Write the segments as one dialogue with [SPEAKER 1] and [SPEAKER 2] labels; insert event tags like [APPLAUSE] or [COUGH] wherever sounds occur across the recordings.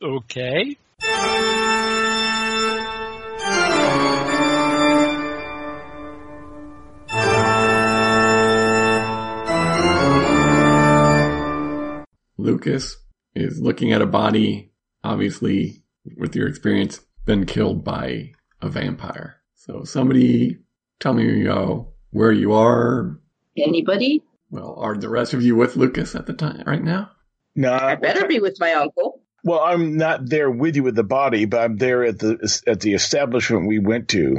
[SPEAKER 1] Okay.
[SPEAKER 2] Lucas is looking at a body, obviously, with your experience, been killed by a vampire. So somebody tell me uh, where you are.
[SPEAKER 3] Anybody?
[SPEAKER 2] Well, are the rest of you with Lucas at the time right now?
[SPEAKER 4] No,
[SPEAKER 3] I better be with my uncle.
[SPEAKER 4] well, I'm not there with you with the body, but I'm there at the at the establishment we went to.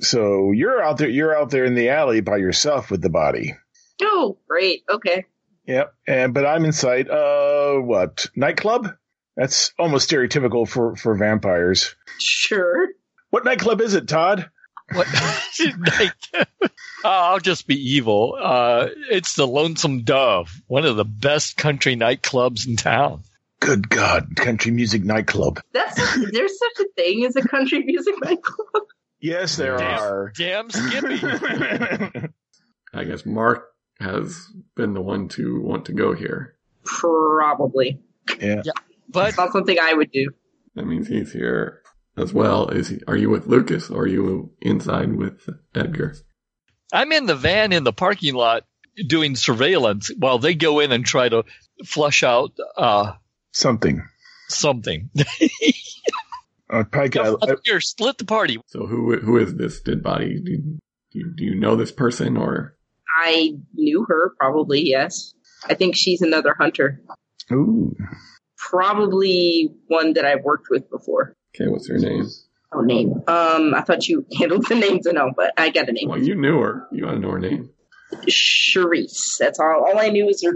[SPEAKER 4] So you're out there. You're out there in the alley by yourself with the body.
[SPEAKER 3] Oh, great. Okay.
[SPEAKER 4] Yep. And but I'm inside. Uh, what nightclub? That's almost stereotypical for for vampires.
[SPEAKER 3] Sure.
[SPEAKER 4] What nightclub is it, Todd?
[SPEAKER 1] What? [LAUGHS] Like, uh, I'll just be evil. Uh, it's the Lonesome Dove, one of the best country nightclubs in town.
[SPEAKER 4] Good God, country music nightclub.
[SPEAKER 3] That's there's such a thing as a country music [LAUGHS] nightclub.
[SPEAKER 4] Yes, there
[SPEAKER 2] Damn.
[SPEAKER 4] are.
[SPEAKER 1] Damn
[SPEAKER 4] [LAUGHS]
[SPEAKER 1] Skippy.
[SPEAKER 2] I guess Mark has been the one to want to go here.
[SPEAKER 3] Probably.
[SPEAKER 4] yeah.
[SPEAKER 1] But
[SPEAKER 3] It's not something I would do.
[SPEAKER 2] That means he's here as well. Is he, are you with Lucas or are you inside with Edgar?
[SPEAKER 1] I'm in the van in the parking lot doing surveillance while they go in and try to flush out uh,
[SPEAKER 4] [LAUGHS] Something.
[SPEAKER 1] something.
[SPEAKER 4] I probably got, I,
[SPEAKER 1] Here, split the party.
[SPEAKER 2] So who who is this dead body? Do, do, you- do you know this person or
[SPEAKER 3] I knew her, probably, yes. I think she's another hunter.
[SPEAKER 4] ooh.
[SPEAKER 3] Probably one that I've worked with before.
[SPEAKER 2] okay? What's her name?
[SPEAKER 3] Oh, name. Um, I thought you handled the names and all, but I got a name.
[SPEAKER 2] Well, you knew her. You ought to know her name.
[SPEAKER 3] Charisse. That's all. All I knew was her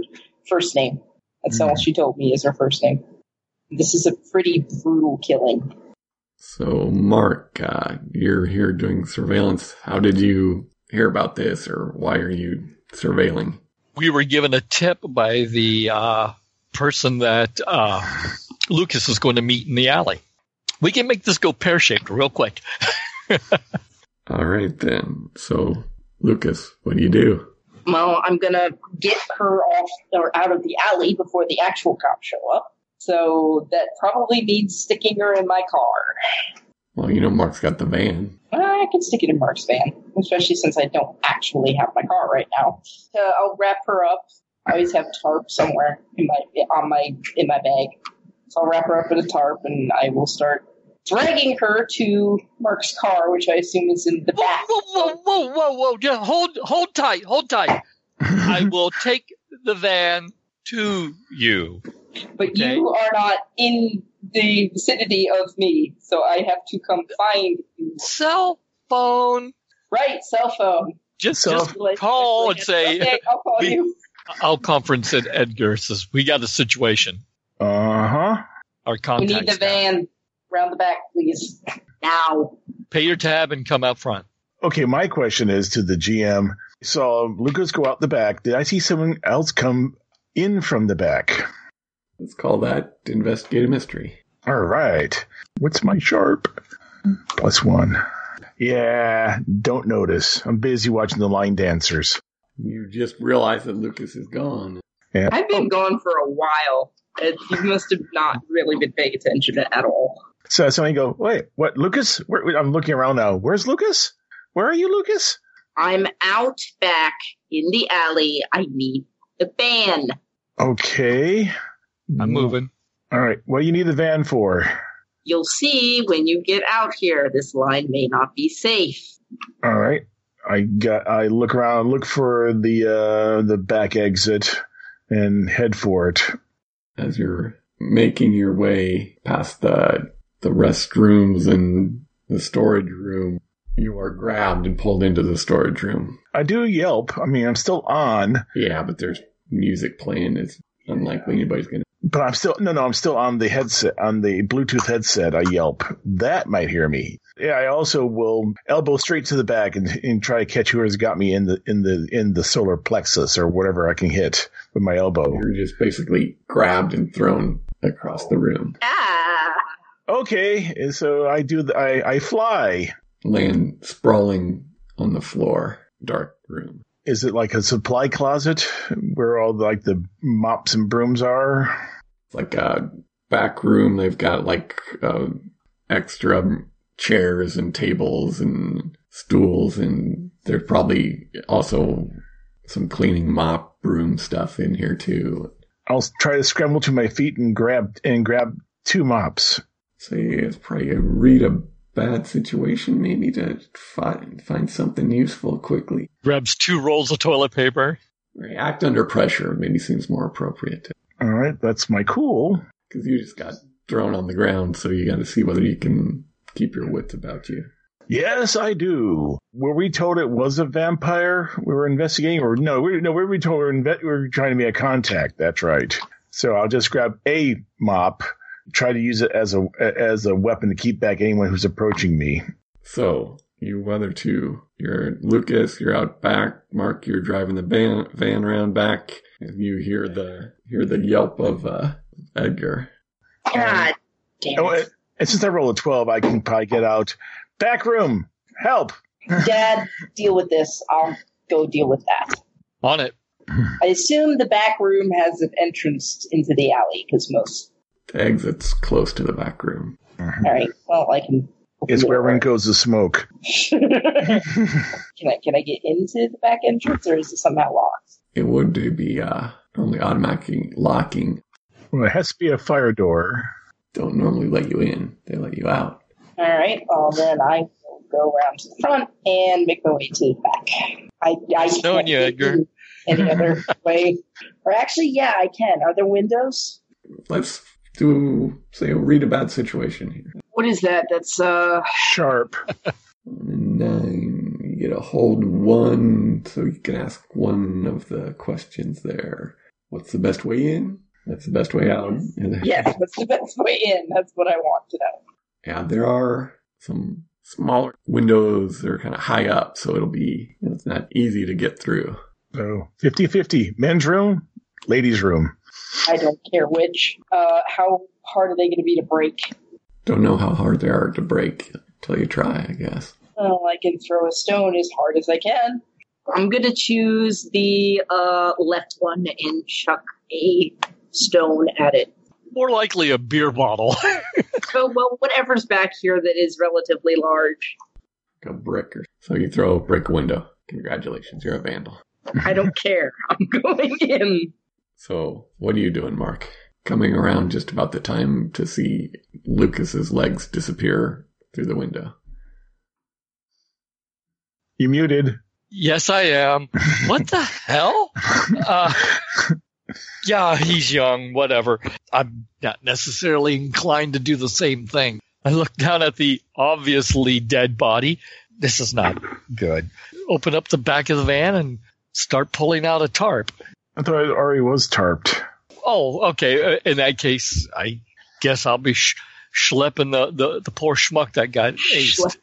[SPEAKER 3] first name. That's all she told me is her first name. This is a pretty brutal killing.
[SPEAKER 2] So Mark, uh, you're here doing surveillance. How did you hear about this, or why are you surveilling?
[SPEAKER 1] We were given a tip by the uh, person that uh, Lucas is going to meet in the alley. We can make this go pear shaped real quick.
[SPEAKER 2] All right then. So Lucas, what do you do?
[SPEAKER 3] Well, I'm gonna get her off or out of the alley before the actual cops show up. So that probably means sticking her in my car.
[SPEAKER 2] Well, you know Mark's got the van.
[SPEAKER 3] I can stick it in Mark's van, especially since I don't actually have my car right now. So I'll wrap her up. I always have tarp somewhere in my on my in my bag. So I'll wrap her up in a tarp, and I will start dragging her to Mark's car, which I assume is in the
[SPEAKER 1] Whoa,
[SPEAKER 3] back.
[SPEAKER 1] whoa, whoa, whoa, whoa, whoa. Just hold, hold tight, hold tight. I will take the van to you.
[SPEAKER 3] But
[SPEAKER 1] Okay.
[SPEAKER 3] you are not in the vicinity of me, so I have to come find you.
[SPEAKER 1] Cell phone.
[SPEAKER 3] Right, cell phone.
[SPEAKER 1] Just,
[SPEAKER 4] Cell
[SPEAKER 1] just call and say,
[SPEAKER 3] okay, I'll call
[SPEAKER 1] [LAUGHS] we-
[SPEAKER 3] you.
[SPEAKER 1] I'll conference at Edgar. Says we got a situation.
[SPEAKER 4] Uh huh.
[SPEAKER 1] Our
[SPEAKER 3] We
[SPEAKER 1] contacts.
[SPEAKER 3] need the
[SPEAKER 1] now.
[SPEAKER 3] van round the back, please. Now.
[SPEAKER 1] Pay your tab and come out front.
[SPEAKER 4] Okay, my question is to the GM. Saw Lucas go out the back. Did I see someone else come in from the back?
[SPEAKER 2] Let's call that investigate a mystery.
[SPEAKER 4] All right. What's my sharp? Plus one. Yeah, don't notice. I'm busy watching the line dancers.
[SPEAKER 2] You just realize that Lucas is gone.
[SPEAKER 3] I've been gone for a while. and You must have not really been paying attention at all.
[SPEAKER 4] So somebody go, wait, what, Lucas? Where, I'm looking around now. Where's Lucas? Where are you, Lucas?
[SPEAKER 3] I'm out back in the alley. I need the van.
[SPEAKER 4] Okay. Mm.
[SPEAKER 1] I'm moving.
[SPEAKER 4] All right. What do you need the van for?
[SPEAKER 3] You'll see when you get out here. This line may not be safe.
[SPEAKER 4] All right. I got. I look around, look for the uh, the back exit, and head for it.
[SPEAKER 2] As you're making your way past the the restrooms and the storage room, you are grabbed and pulled into the storage room.
[SPEAKER 4] I do yelp. I mean, I'm still on,
[SPEAKER 2] Yeah, but there's music playing. It's unlikely anybody's gonna.
[SPEAKER 4] but I'm still no, no. I'm still on the headset, on the Bluetooth headset. I yelp. That might hear me. Yeah. I also will elbow straight to the back and, and try to catch whoever's got me in the in the in the solar plexus or whatever I can hit with my elbow.
[SPEAKER 2] You're just basically grabbed and thrown across the room,
[SPEAKER 3] Ah!
[SPEAKER 4] Okay. And so I do. The, I I fly.
[SPEAKER 2] land sprawling on the floor. Dark room.
[SPEAKER 4] Is it like a supply closet where all like the mops and brooms are?
[SPEAKER 2] It's like a back room. They've got like uh, extra chairs and tables and stools, and there's probably also some cleaning mop broom stuff in here too.
[SPEAKER 4] I'll try to scramble to my feet and grab and grab two mops.
[SPEAKER 2] So yeah, it's probably a read a bad situation maybe to find find something useful quickly.
[SPEAKER 1] Grabs two rolls of toilet paper.
[SPEAKER 2] React under pressure maybe seems more appropriate
[SPEAKER 4] All right, that's my cool.
[SPEAKER 2] because you just got thrown on the ground, so you got to see whether you can keep your wits about you.
[SPEAKER 4] Yes, I do. Were we told it was a vampire we were investigating, or no? We, no, we were told we were, inve- we were trying to make a contact. That's right. So I'll just grab a mop, try to use it as a as a weapon to keep back anyone who's approaching me.
[SPEAKER 2] So you weather two. You're Lucas. You're out back. Mark, you're driving the van van around back, and you hear the hear the yelp of uh, Edgar.
[SPEAKER 3] God damn
[SPEAKER 4] Oh,
[SPEAKER 3] it.
[SPEAKER 4] and, and since I roll a twelve, I can probably get out. Back room, help!
[SPEAKER 3] Dad, deal with this. I'll go deal with that.
[SPEAKER 1] On it.
[SPEAKER 3] I assume the back room has an entrance into the alley because most.
[SPEAKER 2] The exit's close to the back room.
[SPEAKER 3] All right. Well, I can.
[SPEAKER 4] It's where one goes to smoke.
[SPEAKER 3] can I [LAUGHS] can I get into the back entrance or is it somehow locked?
[SPEAKER 2] It would do be uh, normally automatic locking.
[SPEAKER 4] Well, it has to be a fire door.
[SPEAKER 2] Don't normally let you in. They let you out.
[SPEAKER 3] All right. Well, then I will go around to the front and make my way to the back. I I
[SPEAKER 1] It's knowing
[SPEAKER 3] can't
[SPEAKER 1] you,
[SPEAKER 3] get
[SPEAKER 1] Edgar.
[SPEAKER 3] in Any other way? Or actually, yeah, I can. Are there windows?
[SPEAKER 2] Let's do say read a bad situation here.
[SPEAKER 3] What is that? That's uh.
[SPEAKER 4] Sharp.
[SPEAKER 2] Nine. You get a hold one, so you can ask one of the questions there. What's the best way in? That's the best way out. And-
[SPEAKER 3] Yes, that's the best way in. That's what I want to know.
[SPEAKER 2] Yeah, there are some smaller windows. They're kind of high up, so it'll be you know, it's not easy to get through.
[SPEAKER 4] So 50-50. Men's room, ladies' room.
[SPEAKER 3] I don't care which. Uh, how hard are they going to be to break?
[SPEAKER 2] Don't know how hard they are to break until you try, I guess.
[SPEAKER 3] Well, I can throw a stone as hard as I can.
[SPEAKER 5] I'm going to choose the uh, left one and chuck a stone at it.
[SPEAKER 1] More likely a beer bottle.
[SPEAKER 5] So, well, whatever's back here that is relatively large.
[SPEAKER 2] Like a brick or so you throw a brick window. Congratulations, you're a vandal.
[SPEAKER 5] I don't care. [LAUGHS] I'm going in.
[SPEAKER 2] So, what are you doing, Mark? Coming around just about the time to see Lucas's legs disappear through the window.
[SPEAKER 4] You muted.
[SPEAKER 1] yes, I am. What the hell? Uh, yeah, he's young, whatever. I'm not necessarily inclined to do the same thing. I look down at the obviously dead body. This is not good. Open up the back of the van and start pulling out a tarp.
[SPEAKER 4] I thought it already was tarped.
[SPEAKER 1] Oh, okay. Uh, In that case, I guess I'll be sh- schlepping the, the, the poor schmuck that got aced.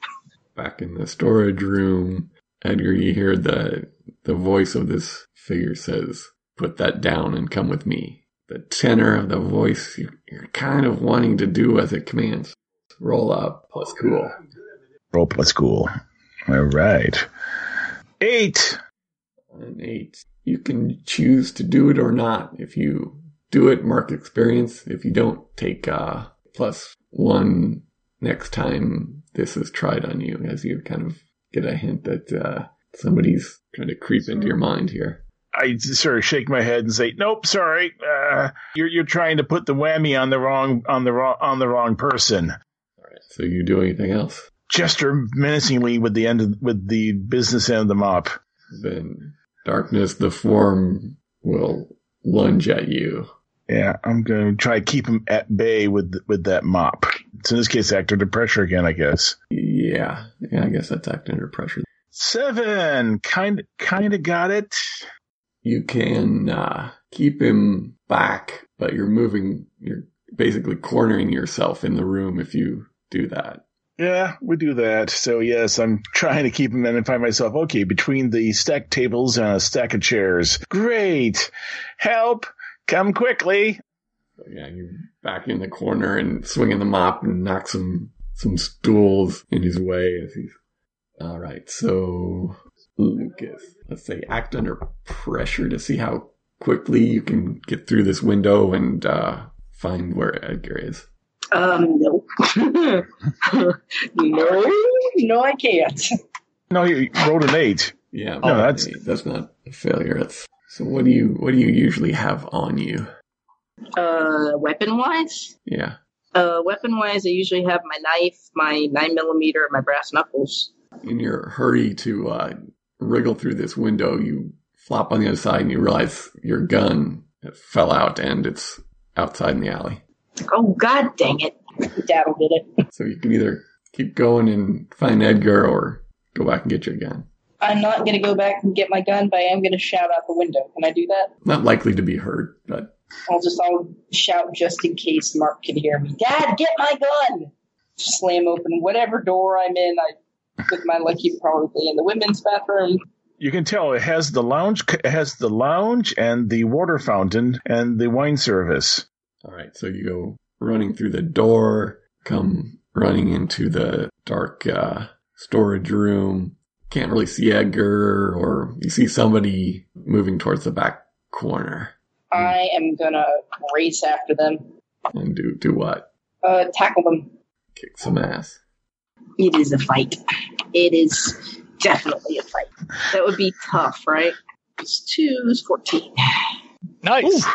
[SPEAKER 2] Back in the storage room, Edgar, you hear the the voice of this figure says, "Put that down and come with me." The tenor of the voice you- you're kind of wanting to do as it commands. Roll up plus cool.
[SPEAKER 4] Roll plus cool. All right. Eight.
[SPEAKER 2] An eight. You can choose to do it or not. If you do it, mark experience. If you don't, take uh, plus one next time this is tried on you, as you kind of get a hint that uh, somebody's trying to creep into your mind here.
[SPEAKER 4] I just sort of shake my head and say, "Nope, sorry. Uh, you're you're trying to put the whammy on the wrong on the wrong on the wrong person."
[SPEAKER 2] So you do anything else?
[SPEAKER 4] Jester menacingly with the end of, with the business end of the mop.
[SPEAKER 2] Then darkness, the form will lunge at you.
[SPEAKER 4] Yeah, I'm going to try to keep him at bay with with that mop. So in this case, act under pressure again, I guess.
[SPEAKER 2] Yeah, yeah. I guess that's acting under pressure.
[SPEAKER 4] Seven. Kind kind of got it.
[SPEAKER 2] you can uh, keep him back, but you're moving, you're basically cornering yourself in the room if you do that.
[SPEAKER 4] Yeah, we do that. So yes, I'm trying to keep them in and find myself okay between the stacked tables and a stack of chairs. Great, help! Come quickly.
[SPEAKER 2] So, yeah, you back in the corner and swinging the mop and knock some some stools in his way as he's. All right, so Lucas, let's say act under pressure to see how quickly you can get through this window and uh, find where Edgar is?
[SPEAKER 5] Um, no. [LAUGHS] no,
[SPEAKER 3] No, I can't.
[SPEAKER 4] No, you rolled an eight.
[SPEAKER 2] Yeah,
[SPEAKER 4] No, that's-
[SPEAKER 2] that's not a failure. That's so. What do you what do you usually have on you?
[SPEAKER 5] uh, weapon wise.
[SPEAKER 2] Yeah,
[SPEAKER 5] Uh, weapon wise, I usually have my knife, my nine millimeter, my brass knuckles.
[SPEAKER 2] in your hurry to uh, wriggle through this window, you flop on the other side and you realize your gun fell out and it's outside in the
[SPEAKER 4] [LAUGHS]
[SPEAKER 2] alley.
[SPEAKER 5] Oh God, dang it!
[SPEAKER 3] Dad'll get it.
[SPEAKER 2] So you can either keep going and find Edgar or go back and get your gun.
[SPEAKER 3] I'm not gonna go back and get my gun, but I am gonna shout out the window. Can I do that?
[SPEAKER 2] Not likely to be heard, but
[SPEAKER 3] I'll just I'll shout just in case Mark can hear me. Dad, get my gun! Slam open whatever door I'm in. I with my lucky probably in the women's bathroom.
[SPEAKER 4] You can tell it has the lounge, it has the lounge and the water fountain and the wine service.
[SPEAKER 2] all right. So you go running through the door, come running into the dark uh, storage room. Can't really see Edgar, or you see somebody moving towards the back corner.
[SPEAKER 3] I am gonna race after them.
[SPEAKER 2] And do do what?
[SPEAKER 3] Uh, tackle them.
[SPEAKER 2] Kick some ass.
[SPEAKER 5] It is a fight. It is definitely a fight. That would be tough, right? It's two, it's fourteen.
[SPEAKER 1] Nice.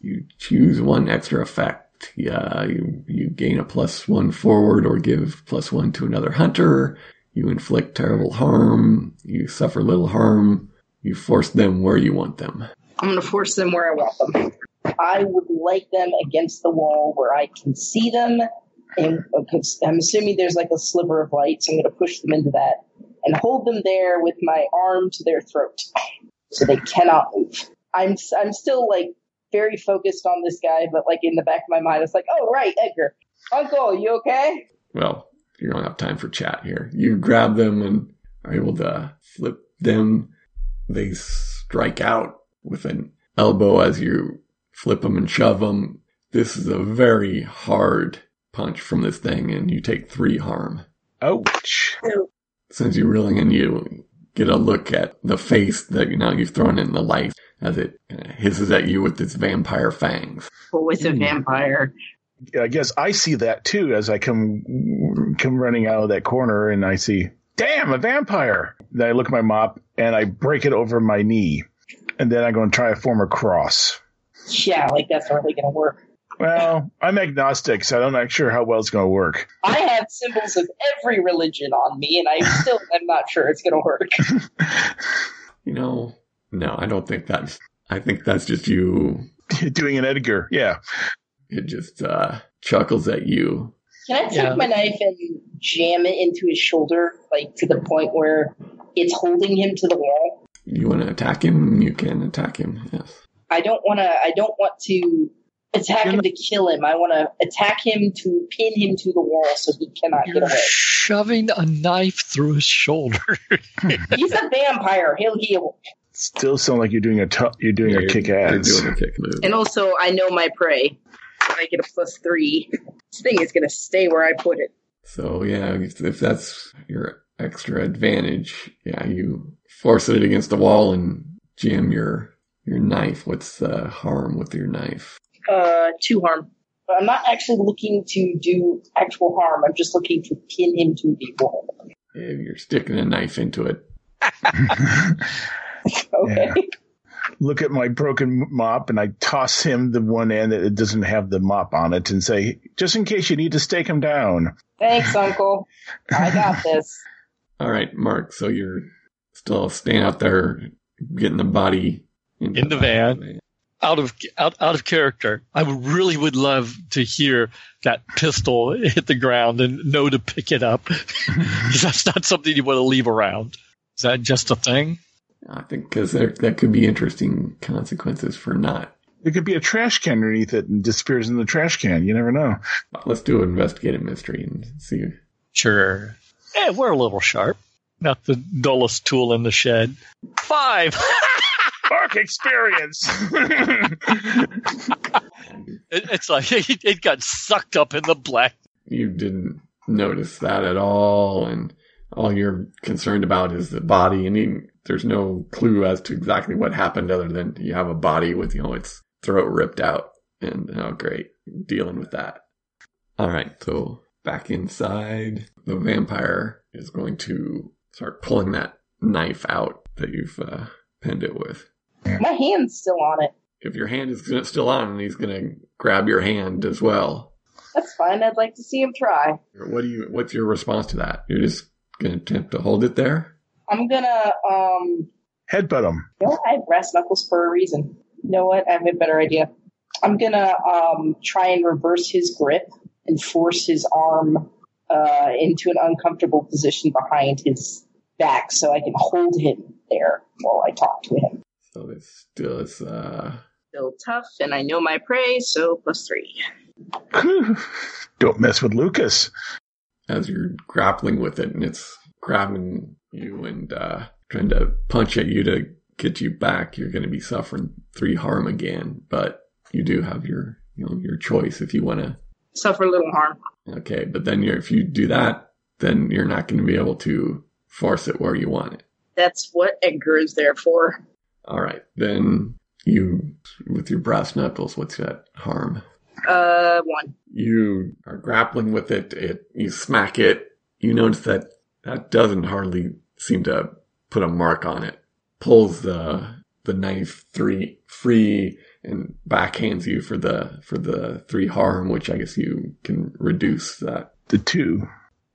[SPEAKER 2] You choose one extra effect. Yeah, you, you gain a plus one forward or give plus one to another hunter. You inflict terrible harm. You suffer little harm. You force them where you want them.
[SPEAKER 5] I'm gonna force them where
[SPEAKER 3] Where I want them. I would like them against the wall where I can see them, and because I'm assuming there's like a sliver of light, so I'm gonna push them into that and hold them there with my arm to their throat, so they cannot move. I'm I'm still like very focused on this guy, but like in the back of my mind, it's like, oh right, Edgar, Uncle, you okay?
[SPEAKER 2] Well, you don't have time for chat here. You grab them and are able to flip them. They strike out with an elbow as you flip them and shove them. This is a very hard punch from this thing, and you take three harm.
[SPEAKER 4] Ouch.
[SPEAKER 2] Since you're reeling and you get a look at the face that you now you've thrown in the light as it uh, hisses at you with its vampire fangs.
[SPEAKER 5] people with
[SPEAKER 3] Hmm.
[SPEAKER 5] a vampire.
[SPEAKER 4] I guess I see that too as I come come running out of that corner and I see, damn, a vampire. Then I look at my mop and I break it over my knee. And then I'm going to try to form a cross.
[SPEAKER 3] Yeah, like that's not really gonna work.
[SPEAKER 4] Well, I'm agnostic, so I'm not sure how well it's going to work. [LAUGHS]
[SPEAKER 3] I have symbols of every religion on me, and
[SPEAKER 5] [LAUGHS]
[SPEAKER 3] I still am not sure it's gonna work.
[SPEAKER 2] You know, no, I don't think that's. I think that's just you
[SPEAKER 4] Doing an Edgar. Yeah.
[SPEAKER 2] It just uh, chuckles at you.
[SPEAKER 3] Can I take
[SPEAKER 1] Yeah.
[SPEAKER 3] my knife and jam it into his shoulder, like to the point where it's holding him to the wall?
[SPEAKER 2] You want to attack him? You can attack him. Yes.
[SPEAKER 3] I don't want to. I don't want to attack
[SPEAKER 4] You're
[SPEAKER 3] him to kill him. I want to attack him to pin him to the wall so he cannot get
[SPEAKER 1] You're
[SPEAKER 5] [LAUGHS]
[SPEAKER 3] away.
[SPEAKER 1] shoving a knife through his shoulder.
[SPEAKER 3] He's a vampire. He'll heal.
[SPEAKER 4] Still sound like you're doing a tu- you're doing a
[SPEAKER 2] You're-
[SPEAKER 4] kick ass.
[SPEAKER 2] You're doing a kick move.
[SPEAKER 5] And also, I know my prey. So I get a plus three. This thing is gonna stay where I put it.
[SPEAKER 2] So yeah, if, if that's your extra advantage, yeah, you force it against the wall and jam your your knife. What's the harm with your knife?
[SPEAKER 5] Uh, two harm.
[SPEAKER 3] But I'm not actually looking to do actual harm. I'm just looking to pin him to the wall.
[SPEAKER 2] If you're sticking a knife into it,
[SPEAKER 3] Okay.
[SPEAKER 4] [LAUGHS] Look at my broken mop and I toss him the one end that doesn't have the mop on it and say, just in case you need to stake him down.
[SPEAKER 3] [LAUGHS] Thanks, Uncle. I got this.
[SPEAKER 2] all right, Mark. So you're still staying out there getting the body
[SPEAKER 1] In the van. out of out, out of character. I would, really would love to hear that pistol [LAUGHS] hit the ground and know to pick it up. [LAUGHS] 'Cause that's not something you want to leave around. Is that just a thing?
[SPEAKER 2] I think because there that could be interesting consequences for not
[SPEAKER 4] There could be a trash can underneath it and disappears in the trash can. You never know.
[SPEAKER 2] Let's do an investigative mystery and see.
[SPEAKER 1] Sure. Eh, we're a little sharp. Not the dullest tool in the shed. Five. [LAUGHS]
[SPEAKER 4] Arc experience.
[SPEAKER 1] It- it's like [LAUGHS] it, it got sucked up in the black.
[SPEAKER 2] You didn't notice that at all, and all you're concerned about is the body. And you, there's no clue as to exactly what happened, other than you have a body with you know its throat ripped out And oh, great. Dealing with that. All right. So back inside, the vampire is going to start pulling that knife out that you've uh, pinned it with.
[SPEAKER 3] My hand's still on it.
[SPEAKER 2] If your hand is gonna- still on, he's going to grab your hand as well.
[SPEAKER 3] That's fine. I'd like to see him try.
[SPEAKER 2] What do you? What's your response to that? You're just going to attempt to hold it there.
[SPEAKER 3] I'm gonna um
[SPEAKER 4] [LAUGHS] Headbutt him.
[SPEAKER 3] You know, what? I have brass knuckles for a reason. You know what? I have a better idea. I'm gonna um, try and reverse his grip and force his arm uh, into an uncomfortable position behind his back, so I can hold him there while I talk to him.
[SPEAKER 2] So this still is. Uh,
[SPEAKER 5] Still tough, and I know my prey, so plus three.
[SPEAKER 4] [SIGHS] Don't mess with Lucas.
[SPEAKER 2] as you're grappling with it and it's grabbing you and uh, trying to punch at you to get you back, you're going to be suffering three harm again. But you do have your you know your choice if you want to.
[SPEAKER 5] Suffer little harm.
[SPEAKER 2] Okay, but then you're, if you do that, then you're not going to be able to force it where you want it.
[SPEAKER 5] That's what Edgar is there for.
[SPEAKER 2] All right, then you with your brass knuckles, what's that harm?
[SPEAKER 5] Uh, one.
[SPEAKER 2] you are grappling with it, it you smack it, you notice that that doesn't hardly seem to put a mark on it. Pulls the the knife three free and backhands you for the for the three harm, which I guess you can reduce that.
[SPEAKER 4] The two.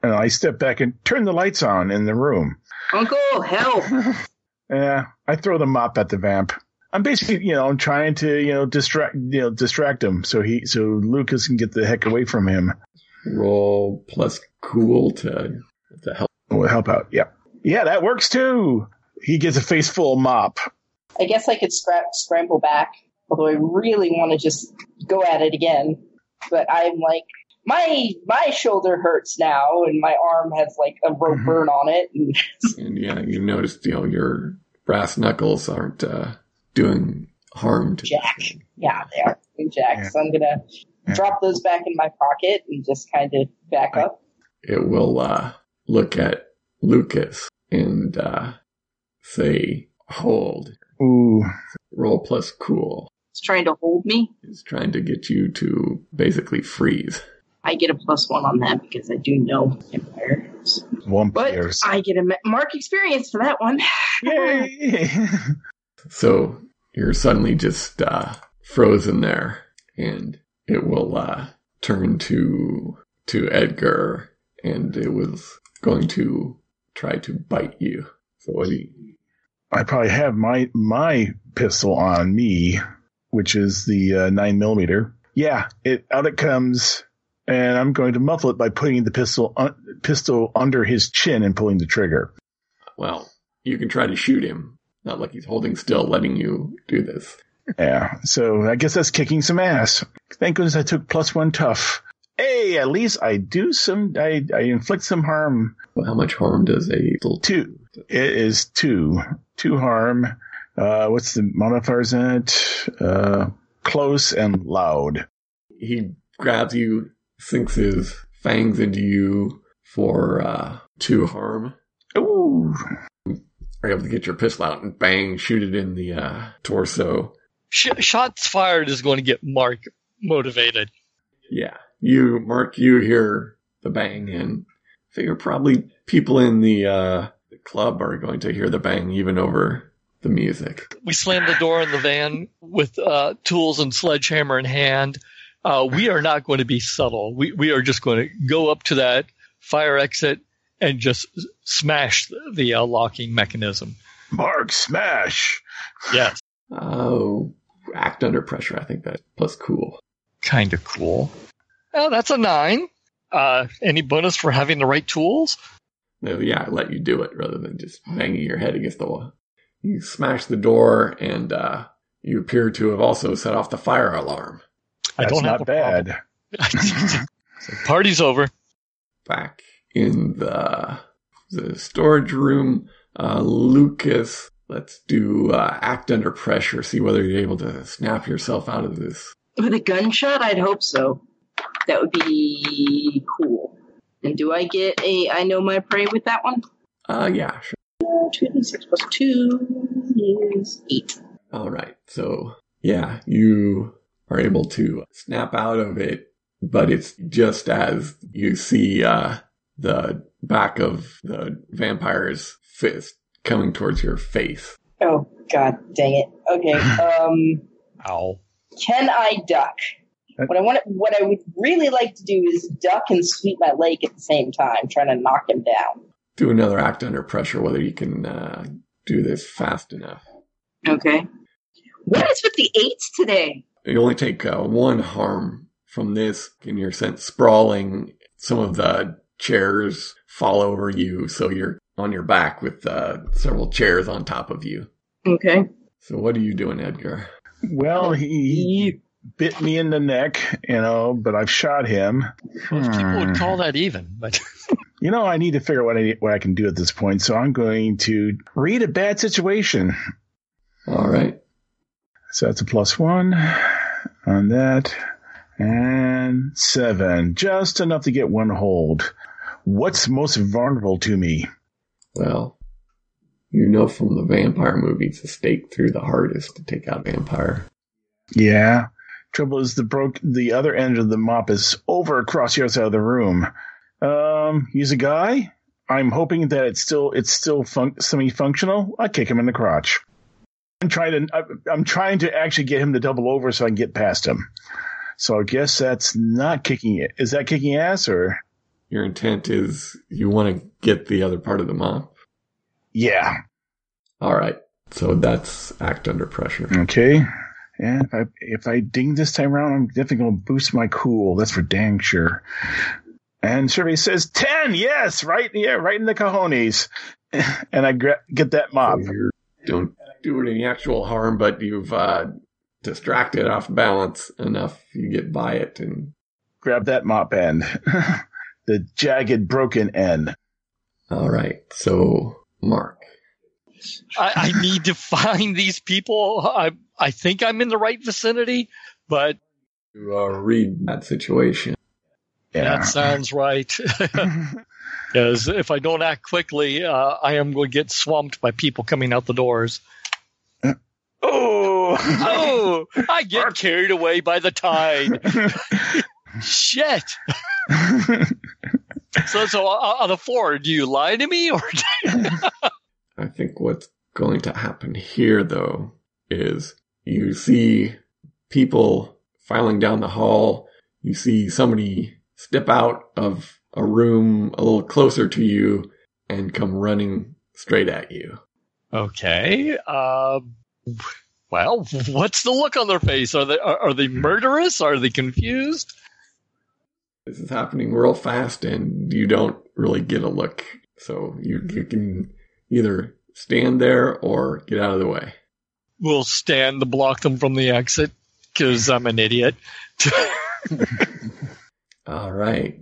[SPEAKER 4] And I step back and turn the lights on in the room.
[SPEAKER 5] Uncle, help!
[SPEAKER 4] [LAUGHS] Yeah, I throw the mop at the vamp. I'm basically, you know, I'm trying to, you know, distract, you know, distract him so he, so Lucas can get the heck away from him.
[SPEAKER 2] Roll plus cool to to help.
[SPEAKER 4] Will help out. Yeah, yeah, that works too. He gets a face full of mop.
[SPEAKER 3] I guess I could scrap, scramble back, although I really want to just go at it again. But I'm like, my my shoulder hurts now, and my arm has like a rope
[SPEAKER 4] Mhm.
[SPEAKER 3] burn on it, and [LAUGHS]
[SPEAKER 2] And yeah, you notice you know your brass knuckles aren't uh, doing harm to
[SPEAKER 3] Jack. Yeah, they are in Jack.
[SPEAKER 4] Yeah.
[SPEAKER 3] So I'm gonna
[SPEAKER 4] Yeah.
[SPEAKER 3] drop those back in my pocket and just kind of back
[SPEAKER 4] I-
[SPEAKER 3] up.
[SPEAKER 2] it will uh, look at Lucas and uh, say, hold,
[SPEAKER 4] Ooh,
[SPEAKER 2] roll plus cool.
[SPEAKER 5] It's trying to hold me.
[SPEAKER 2] It's trying to get you to basically freeze.
[SPEAKER 5] I get a plus one on that because I do know vampires. But
[SPEAKER 4] vampires.
[SPEAKER 5] I get a ma- mark experience for that one.
[SPEAKER 4] Yay!
[SPEAKER 2] So you're suddenly just uh, frozen there, and it will uh, turn to to Edgar, and it was going to try to bite you. So what do you,
[SPEAKER 4] [LAUGHS] I probably have my my pistol on me, which is the uh, nine millimeter. Yeah, it out it comes, and I'm going to muffle it by putting the pistol un- pistol under his chin and pulling the trigger.
[SPEAKER 2] well, you can try to shoot him. Not like he's holding still, letting you do this.
[SPEAKER 4] Yeah, so I guess that's kicking some ass. Thank goodness I took plus one tough. Hey, at least I do some. I I inflict some harm.
[SPEAKER 2] Well, how much harm does a little
[SPEAKER 4] Two. It is two. Two harm. Uh, what's the modifiers in it? Uh, close and loud.
[SPEAKER 2] he grabs you, sinks his fangs into you for uh, two harm.
[SPEAKER 4] Ooh.
[SPEAKER 2] Are able to get your pistol out and bang, shoot it in the uh, torso.
[SPEAKER 1] Sh- shots fired is going to get Mark motivated.
[SPEAKER 2] Yeah, you Mark, you hear the bang and figure probably people in the uh, the club are going to hear the bang even over the music.
[SPEAKER 1] We slammed the door in the van with uh, tools and sledgehammer in hand. Uh, we are not going to be subtle. We we are just going to go up to that fire exit and just s- smash the, the uh, locking mechanism.
[SPEAKER 4] Mark Smash.
[SPEAKER 1] Yes,
[SPEAKER 2] Oh, act under pressure. I think that plus cool.
[SPEAKER 1] kind of cool. Oh, that's a nine. Uh, any bonus for having the right tools?
[SPEAKER 2] No, yeah, I let you do it rather than just banging your head against the wall. You smash the door, and uh, you appear to have also set off the fire alarm.
[SPEAKER 1] I
[SPEAKER 4] That's
[SPEAKER 1] don't have
[SPEAKER 4] not
[SPEAKER 1] a problem.
[SPEAKER 4] bad.
[SPEAKER 1] [LAUGHS] So party's over.
[SPEAKER 2] Back in the the storage room, uh, Lucas, let's do uh, act under pressure. See whether you're able to snap yourself out of this.
[SPEAKER 5] With a gunshot, I'd hope so. That would be cool. And do I get a I know my prey with that one?
[SPEAKER 2] Uh, yeah, sure.
[SPEAKER 5] 2d6 plus 2 is 8.
[SPEAKER 2] All right. So yeah, you are able to snap out of it, but it's just as you see uh, the back of the vampire's fist coming towards your face.
[SPEAKER 3] Oh god, dang it. Okay. Um,
[SPEAKER 1] Ow.
[SPEAKER 3] can I duck?
[SPEAKER 4] Uh,
[SPEAKER 3] What I want, what I would really like to do is duck and sweep my leg at the same time, trying to knock him down.
[SPEAKER 2] Do another act under pressure, whether you can uh, do this fast enough.
[SPEAKER 5] Okay. What is with the eights today?
[SPEAKER 2] You only take uh, one harm from this, and you're sent sprawling. Some of the chairs fall over you, so you're on your back with uh, several chairs on top of you.
[SPEAKER 5] Okay.
[SPEAKER 2] So, what are you doing, Edgar?
[SPEAKER 4] Well, he, he bit me in the neck, you know, but I've shot him.
[SPEAKER 1] Most people
[SPEAKER 4] Hmm.
[SPEAKER 1] would call that even, but
[SPEAKER 4] You know, I need to figure out what I what I can do at this point. So I'm going to read a bad situation.
[SPEAKER 2] All right.
[SPEAKER 4] So that's a plus one on that, and seven, just enough to get one hold. What's most vulnerable to me?
[SPEAKER 2] Well, you know from the vampire movies, the stake through the heart is to take out a vampire.
[SPEAKER 4] Yeah. Trouble is the broke the other end of the mop is over across the other side of the room. Um, he's a guy. I'm hoping that it's still it's still fun- semi functional. I kick him in the crotch. I'm trying to I- I'm trying to actually get him to double over so I can get past him. So I guess that's not kicking it. Is that kicking ass or
[SPEAKER 2] Your intent is you want to get the other part of the mop.
[SPEAKER 4] yeah?
[SPEAKER 2] All right. So that's act under pressure.
[SPEAKER 4] Okay. And if I if I ding this time around, I'm definitely gonna boost my cool. That's for dang sure. And Survey says ten. Yes, right. Yeah, right in the cojones. [LAUGHS] And I gra- get that mop.
[SPEAKER 2] So you don't do it any actual harm, but you've uh, distracted off balance enough. You get by it, and
[SPEAKER 4] Grab that mop end. [LAUGHS] the jagged, broken end.
[SPEAKER 2] all right. So Mark,
[SPEAKER 1] I, I need to [LAUGHS] find these people. I I think I'm in the right vicinity, but
[SPEAKER 2] you uh, read that situation.
[SPEAKER 4] Yeah.
[SPEAKER 1] that sounds right. [LAUGHS]
[SPEAKER 4] [LAUGHS]
[SPEAKER 1] Because if I don't act quickly, uh, I am going to get swamped by people coming out the doors.
[SPEAKER 4] oh.
[SPEAKER 1] Oh, [LAUGHS] I get carried away by the tide. Shit. So, so uh, on the floor, do you lie to me or? [LAUGHS]
[SPEAKER 2] I think what's going to happen here, though, is you see people filing down the hall. You see somebody step out of a room a little closer to you and come running straight at you.
[SPEAKER 1] Okay. Uh, well, what's the look on their face? Are they are, are they murderous? Are they confused?
[SPEAKER 2] this is happening real fast and you don't really get a look. So you, you can either stand there or get out of the way.
[SPEAKER 1] We'll stand to block them from the exit because I'm an idiot. [LAUGHS]
[SPEAKER 2] All right.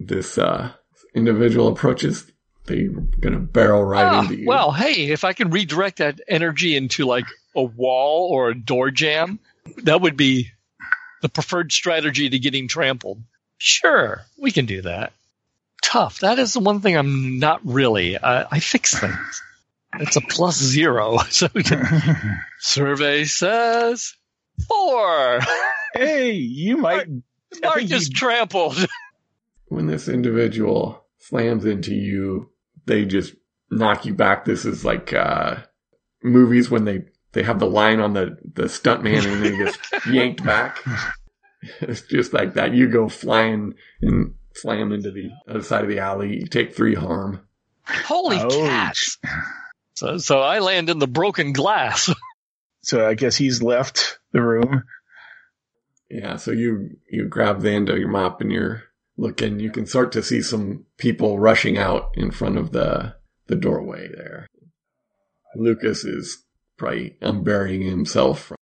[SPEAKER 2] This uh, individual approaches. They're going to barrel right
[SPEAKER 1] Ah,
[SPEAKER 2] into you.
[SPEAKER 1] Well, hey, if I can redirect that energy into like a wall or a door jam, that would be the preferred strategy to getting trampled. Sure, we can do that. Tough. That is the one thing I'm not really. I, I fix things. It's a plus zero. [LAUGHS] So survey says
[SPEAKER 2] [LAUGHS]
[SPEAKER 1] four.
[SPEAKER 4] [LAUGHS] hey, you might. I
[SPEAKER 1] Mark
[SPEAKER 4] think
[SPEAKER 1] is
[SPEAKER 4] you-
[SPEAKER 1] trampled. [LAUGHS]
[SPEAKER 2] When this individual slams into you, they just knock you back. This is like uh, movies when they, they have the line on the, the stuntman and they just
[SPEAKER 1] [LAUGHS]
[SPEAKER 2] yanked back. It's just like that. You go flying and slam into the other side of the alley. You take three harm.
[SPEAKER 1] Holy
[SPEAKER 4] Ouch.
[SPEAKER 1] cats. So, so I land in the broken glass.
[SPEAKER 4] So I guess he's left the room.
[SPEAKER 2] Yeah, so you you grab the end of your mop and you're looking. You can start to see some people rushing out in front of the the doorway there. Lucas is probably unburying himself. From,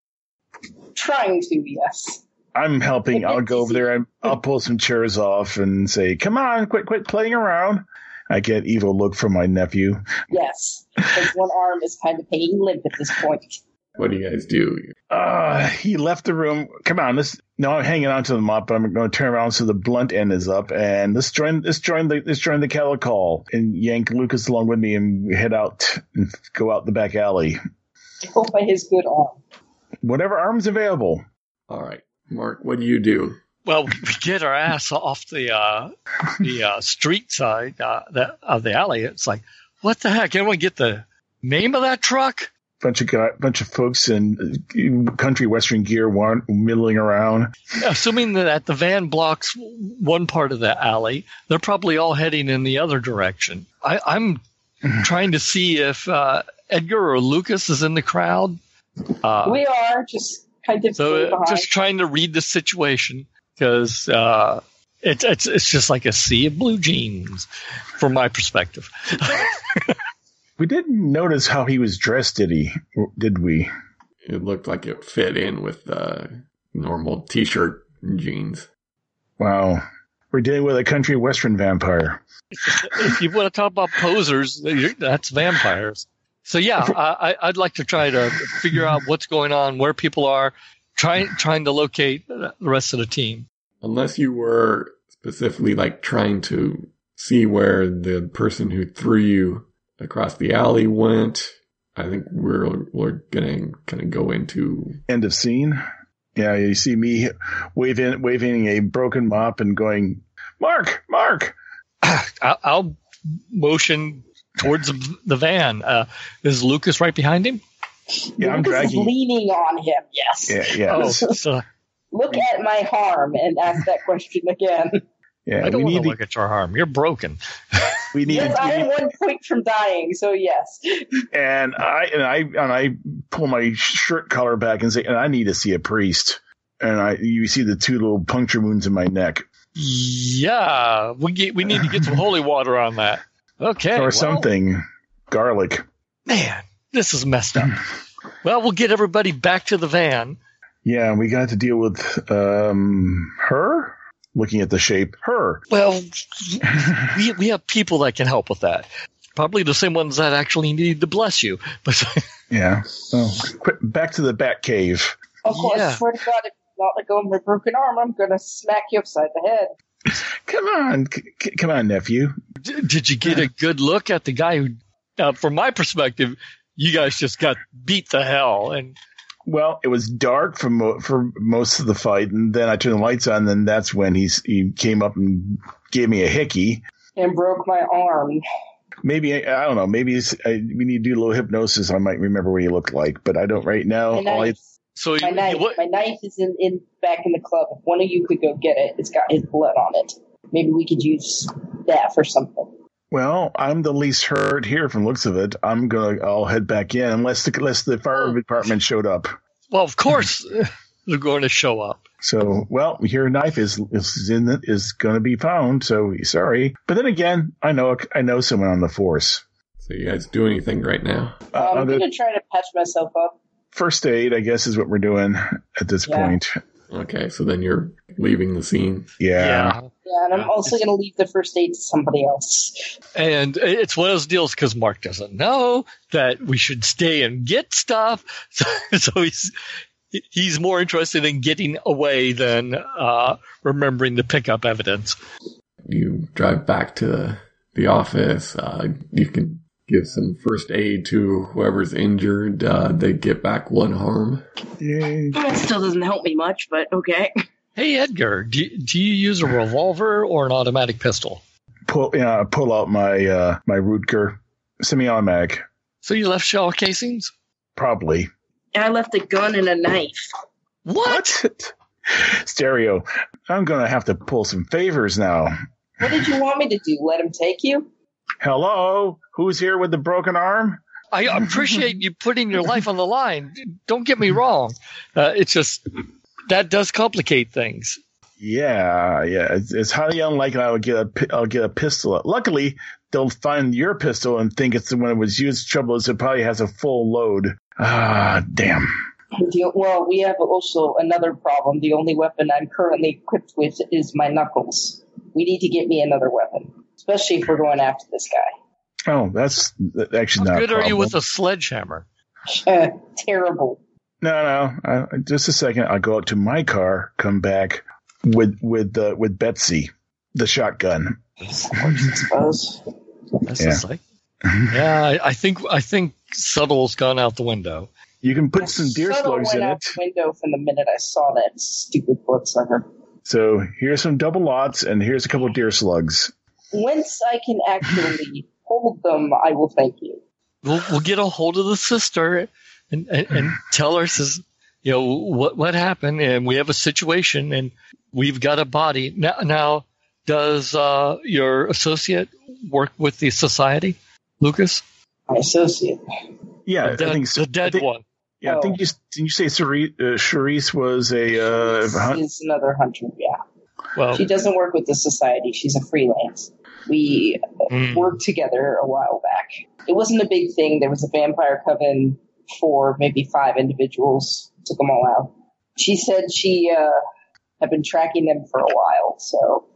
[SPEAKER 3] Trying to, yes.
[SPEAKER 4] I'm helping. I'll go over there and I'll pull some chairs off and say, "Come on, quit, quit playing around." I get evil look from my nephew.
[SPEAKER 3] Yes. Because one arm is kind of hanging limp at this point.
[SPEAKER 2] what do you guys do?
[SPEAKER 4] Uh, he left the room. Come on, let's. No, I'm hanging on to the mop, but I'm going to turn around so the blunt end is up, and let's join. Let's join the. Let's join the cattle call and yank Lucas along with me and head out and go out the back alley.
[SPEAKER 3] I hope by his good arm.
[SPEAKER 4] Whatever arms available.
[SPEAKER 2] All right, Mark, what do you do?
[SPEAKER 1] Well, we get our ass off the uh, the uh, street side uh, that, of the alley. It's like, what the heck? Anyone get the name of that truck?
[SPEAKER 4] Bunch of guy, bunch of folks in uh, country western gear, wan- middling around.
[SPEAKER 1] Assuming that the van blocks one part of the alley, they're probably all heading in the other direction. I, I'm trying to see if uh, Edgar or Lucas is in the crowd. Uh,
[SPEAKER 3] we are just kind of
[SPEAKER 1] So
[SPEAKER 3] stay
[SPEAKER 1] uh,
[SPEAKER 3] behind.
[SPEAKER 1] just trying to read the situation because uh, it's it's it's just like a sea of blue jeans from my perspective.
[SPEAKER 4] We didn't notice how he was dressed, did he? Did we?
[SPEAKER 2] It looked like it fit in with uh, normal t-shirt and jeans.
[SPEAKER 4] Wow, we're dealing with a country western vampire.
[SPEAKER 1] if you want to talk about posers, you're- that's vampires. So
[SPEAKER 4] [LAUGHS]
[SPEAKER 1] yeah, I, I- I'd like to try to figure out what's going on, where people are, trying trying to locate the rest of the team.
[SPEAKER 2] Unless you were specifically like trying to see where the person who threw you across the alley went, I think we're we're gonna kind of go into
[SPEAKER 4] End of scene. Yeah, you see me waving waving a broken mop and going, "Mark, Mark."
[SPEAKER 1] I, I'll motion towards the van. Uh, is Lucas right behind him?
[SPEAKER 4] Yeah, I'm
[SPEAKER 3] Lucas is
[SPEAKER 4] dragging.
[SPEAKER 3] leaning on him. Yes.
[SPEAKER 4] Yeah, yeah,
[SPEAKER 1] Oh,
[SPEAKER 4] this-
[SPEAKER 1] so
[SPEAKER 3] Look at my harm and ask that question
[SPEAKER 4] [LAUGHS]
[SPEAKER 3] again.
[SPEAKER 4] yeah.
[SPEAKER 1] I don't
[SPEAKER 4] we
[SPEAKER 1] want
[SPEAKER 4] need
[SPEAKER 1] to
[SPEAKER 4] to,
[SPEAKER 1] look at your harm. You're broken.
[SPEAKER 4] we need
[SPEAKER 3] yes,
[SPEAKER 4] to,
[SPEAKER 3] I am one point from dying, so yes.
[SPEAKER 4] and I and I and I pull my shirt collar back and say, and I need to see a priest. And I, you see the two little puncture wounds in my neck,
[SPEAKER 1] Yeah, we get, we need to get some holy water on that. Okay,
[SPEAKER 4] or
[SPEAKER 1] well,
[SPEAKER 4] something, garlic.
[SPEAKER 1] Man, this is messed up. well, we'll get everybody back to the van.
[SPEAKER 4] Yeah, we got to deal with um her. Looking at the shape, her.
[SPEAKER 1] Well, we we have people that can help with that. Probably the same ones that actually need to bless you. [LAUGHS] But
[SPEAKER 4] Yeah. Oh, quick, back to the bat cave.
[SPEAKER 3] Of course,
[SPEAKER 1] Yeah.
[SPEAKER 3] swear to God, if you not let go of my broken arm, I'm going to smack you upside the head.
[SPEAKER 4] Come on, c- c- come on, nephew.
[SPEAKER 1] d- did you get a good look at the guy who, uh, from my perspective, you guys just got beat the hell and
[SPEAKER 4] Well, it was dark for mo- for most of the fight, and then I turned the lights on. Then that's when he s- he came up and gave me a hickey.
[SPEAKER 3] And broke my arm.
[SPEAKER 4] Maybe I, I don't know. Maybe it's, I, we need to do a little hypnosis. I might remember what he looked like, but I don't right now.
[SPEAKER 3] My
[SPEAKER 4] All Oh,
[SPEAKER 1] so
[SPEAKER 3] knife,
[SPEAKER 4] I,
[SPEAKER 3] my
[SPEAKER 1] you-
[SPEAKER 3] knife,
[SPEAKER 1] what-
[SPEAKER 3] my knife is in, in back in the club. If one of you could go get it, it's got his blood on it. Maybe we could use that for something.
[SPEAKER 4] well, I'm the least hurt here from looks of it. I'm gonna. I'll head back in unless the unless the
[SPEAKER 3] Oh.
[SPEAKER 4] fire department showed up.
[SPEAKER 1] well, of course [LAUGHS] they're going to show up.
[SPEAKER 4] So, well, your knife is is in the, is going to be found. So sorry, but then again, I know I know someone on the force.
[SPEAKER 2] So you guys do anything right now?
[SPEAKER 4] Uh,
[SPEAKER 3] Um, I'm
[SPEAKER 4] other-
[SPEAKER 3] going to try to patch myself up.
[SPEAKER 4] first aid, I guess, is what we're doing at this
[SPEAKER 3] Yeah.
[SPEAKER 4] point.
[SPEAKER 2] Okay, so then you're leaving the scene.
[SPEAKER 4] Yeah.
[SPEAKER 3] Yeah, and I'm
[SPEAKER 1] Yeah.
[SPEAKER 3] also going to leave the first aid to somebody else.
[SPEAKER 1] And it's one of those deals because Mark doesn't know that we should stay and get stuff. [LAUGHS] So, so he's he's more interested in getting away than uh, remembering to pick up evidence.
[SPEAKER 2] you drive back to the office. Uh, you can give some first aid to whoever's injured. Uh, they get back one harm.
[SPEAKER 4] Yay.
[SPEAKER 5] That still doesn't help me much, but okay.
[SPEAKER 1] Hey, Edgar, do, you- do you use a revolver or an automatic pistol?
[SPEAKER 4] Pull, yeah, pull out my uh, my Rutger semi-automatic,
[SPEAKER 1] So you left shell casings?
[SPEAKER 4] probably.
[SPEAKER 5] I left a gun and a knife.
[SPEAKER 1] What?
[SPEAKER 4] What? [LAUGHS] Stereo. I'm gonna have to pull some favors now.
[SPEAKER 3] What did you want me to do? Let him take you?
[SPEAKER 4] Hello, who's here with the broken arm?
[SPEAKER 1] I appreciate you putting your life on the line. Don't get me wrong. Uh, it's just that does complicate things.
[SPEAKER 4] Yeah, yeah. It's, it's highly unlikely I would get a pi- I'll get a pistol. Luckily, they'll find your pistol and think it's the one that was used. Trouble is, it probably has a full load. Ah, damn.
[SPEAKER 3] The- Well, we have also another problem. The only weapon I'm currently equipped with is my knuckles. We need to get me another weapon, especially if we're going after this guy.
[SPEAKER 4] Oh, that's th- actually
[SPEAKER 1] How
[SPEAKER 4] not. a
[SPEAKER 1] good are you
[SPEAKER 4] problem.
[SPEAKER 1] with a sledgehammer?
[SPEAKER 3] [LAUGHS] Terrible.
[SPEAKER 4] No, no. I, just a second. I'll go out to my car. Come back with with uh, with Betsy, the shotgun.
[SPEAKER 3] I suppose.
[SPEAKER 1] That's
[SPEAKER 4] Yeah.
[SPEAKER 1] just like, yeah, I, I think I think subtle's gone out the window.
[SPEAKER 4] You can put some deer
[SPEAKER 3] Shuttle
[SPEAKER 4] slugs
[SPEAKER 3] went
[SPEAKER 4] in
[SPEAKER 3] out
[SPEAKER 4] it.
[SPEAKER 3] the window from the minute I saw that stupid bloodsucker.
[SPEAKER 4] So here's some double lots, and here's a couple of deer slugs.
[SPEAKER 3] Once I can
[SPEAKER 4] [LAUGHS]
[SPEAKER 3] actually hold them, I will thank you.
[SPEAKER 1] we'll, we'll get a hold of the sister and, and, and tell her says you know what what happened and we have a situation and we've got a body now now does uh, your associate work with the society lucas
[SPEAKER 3] My associate.
[SPEAKER 4] Yeah,
[SPEAKER 1] the dead,
[SPEAKER 4] I think so.
[SPEAKER 1] the dead
[SPEAKER 4] I think-
[SPEAKER 1] one
[SPEAKER 4] Yeah, I think you didn't you say Cerise, uh, Charisse was a uh, hunt?
[SPEAKER 3] She's another hunter, yeah.
[SPEAKER 1] well
[SPEAKER 3] She doesn't work with the society. She's a freelance. We
[SPEAKER 1] mm,
[SPEAKER 3] worked together a while back. It wasn't a big thing. There was a vampire coven for maybe five individuals. Took them all out. She said she uh, had been tracking them for a while, so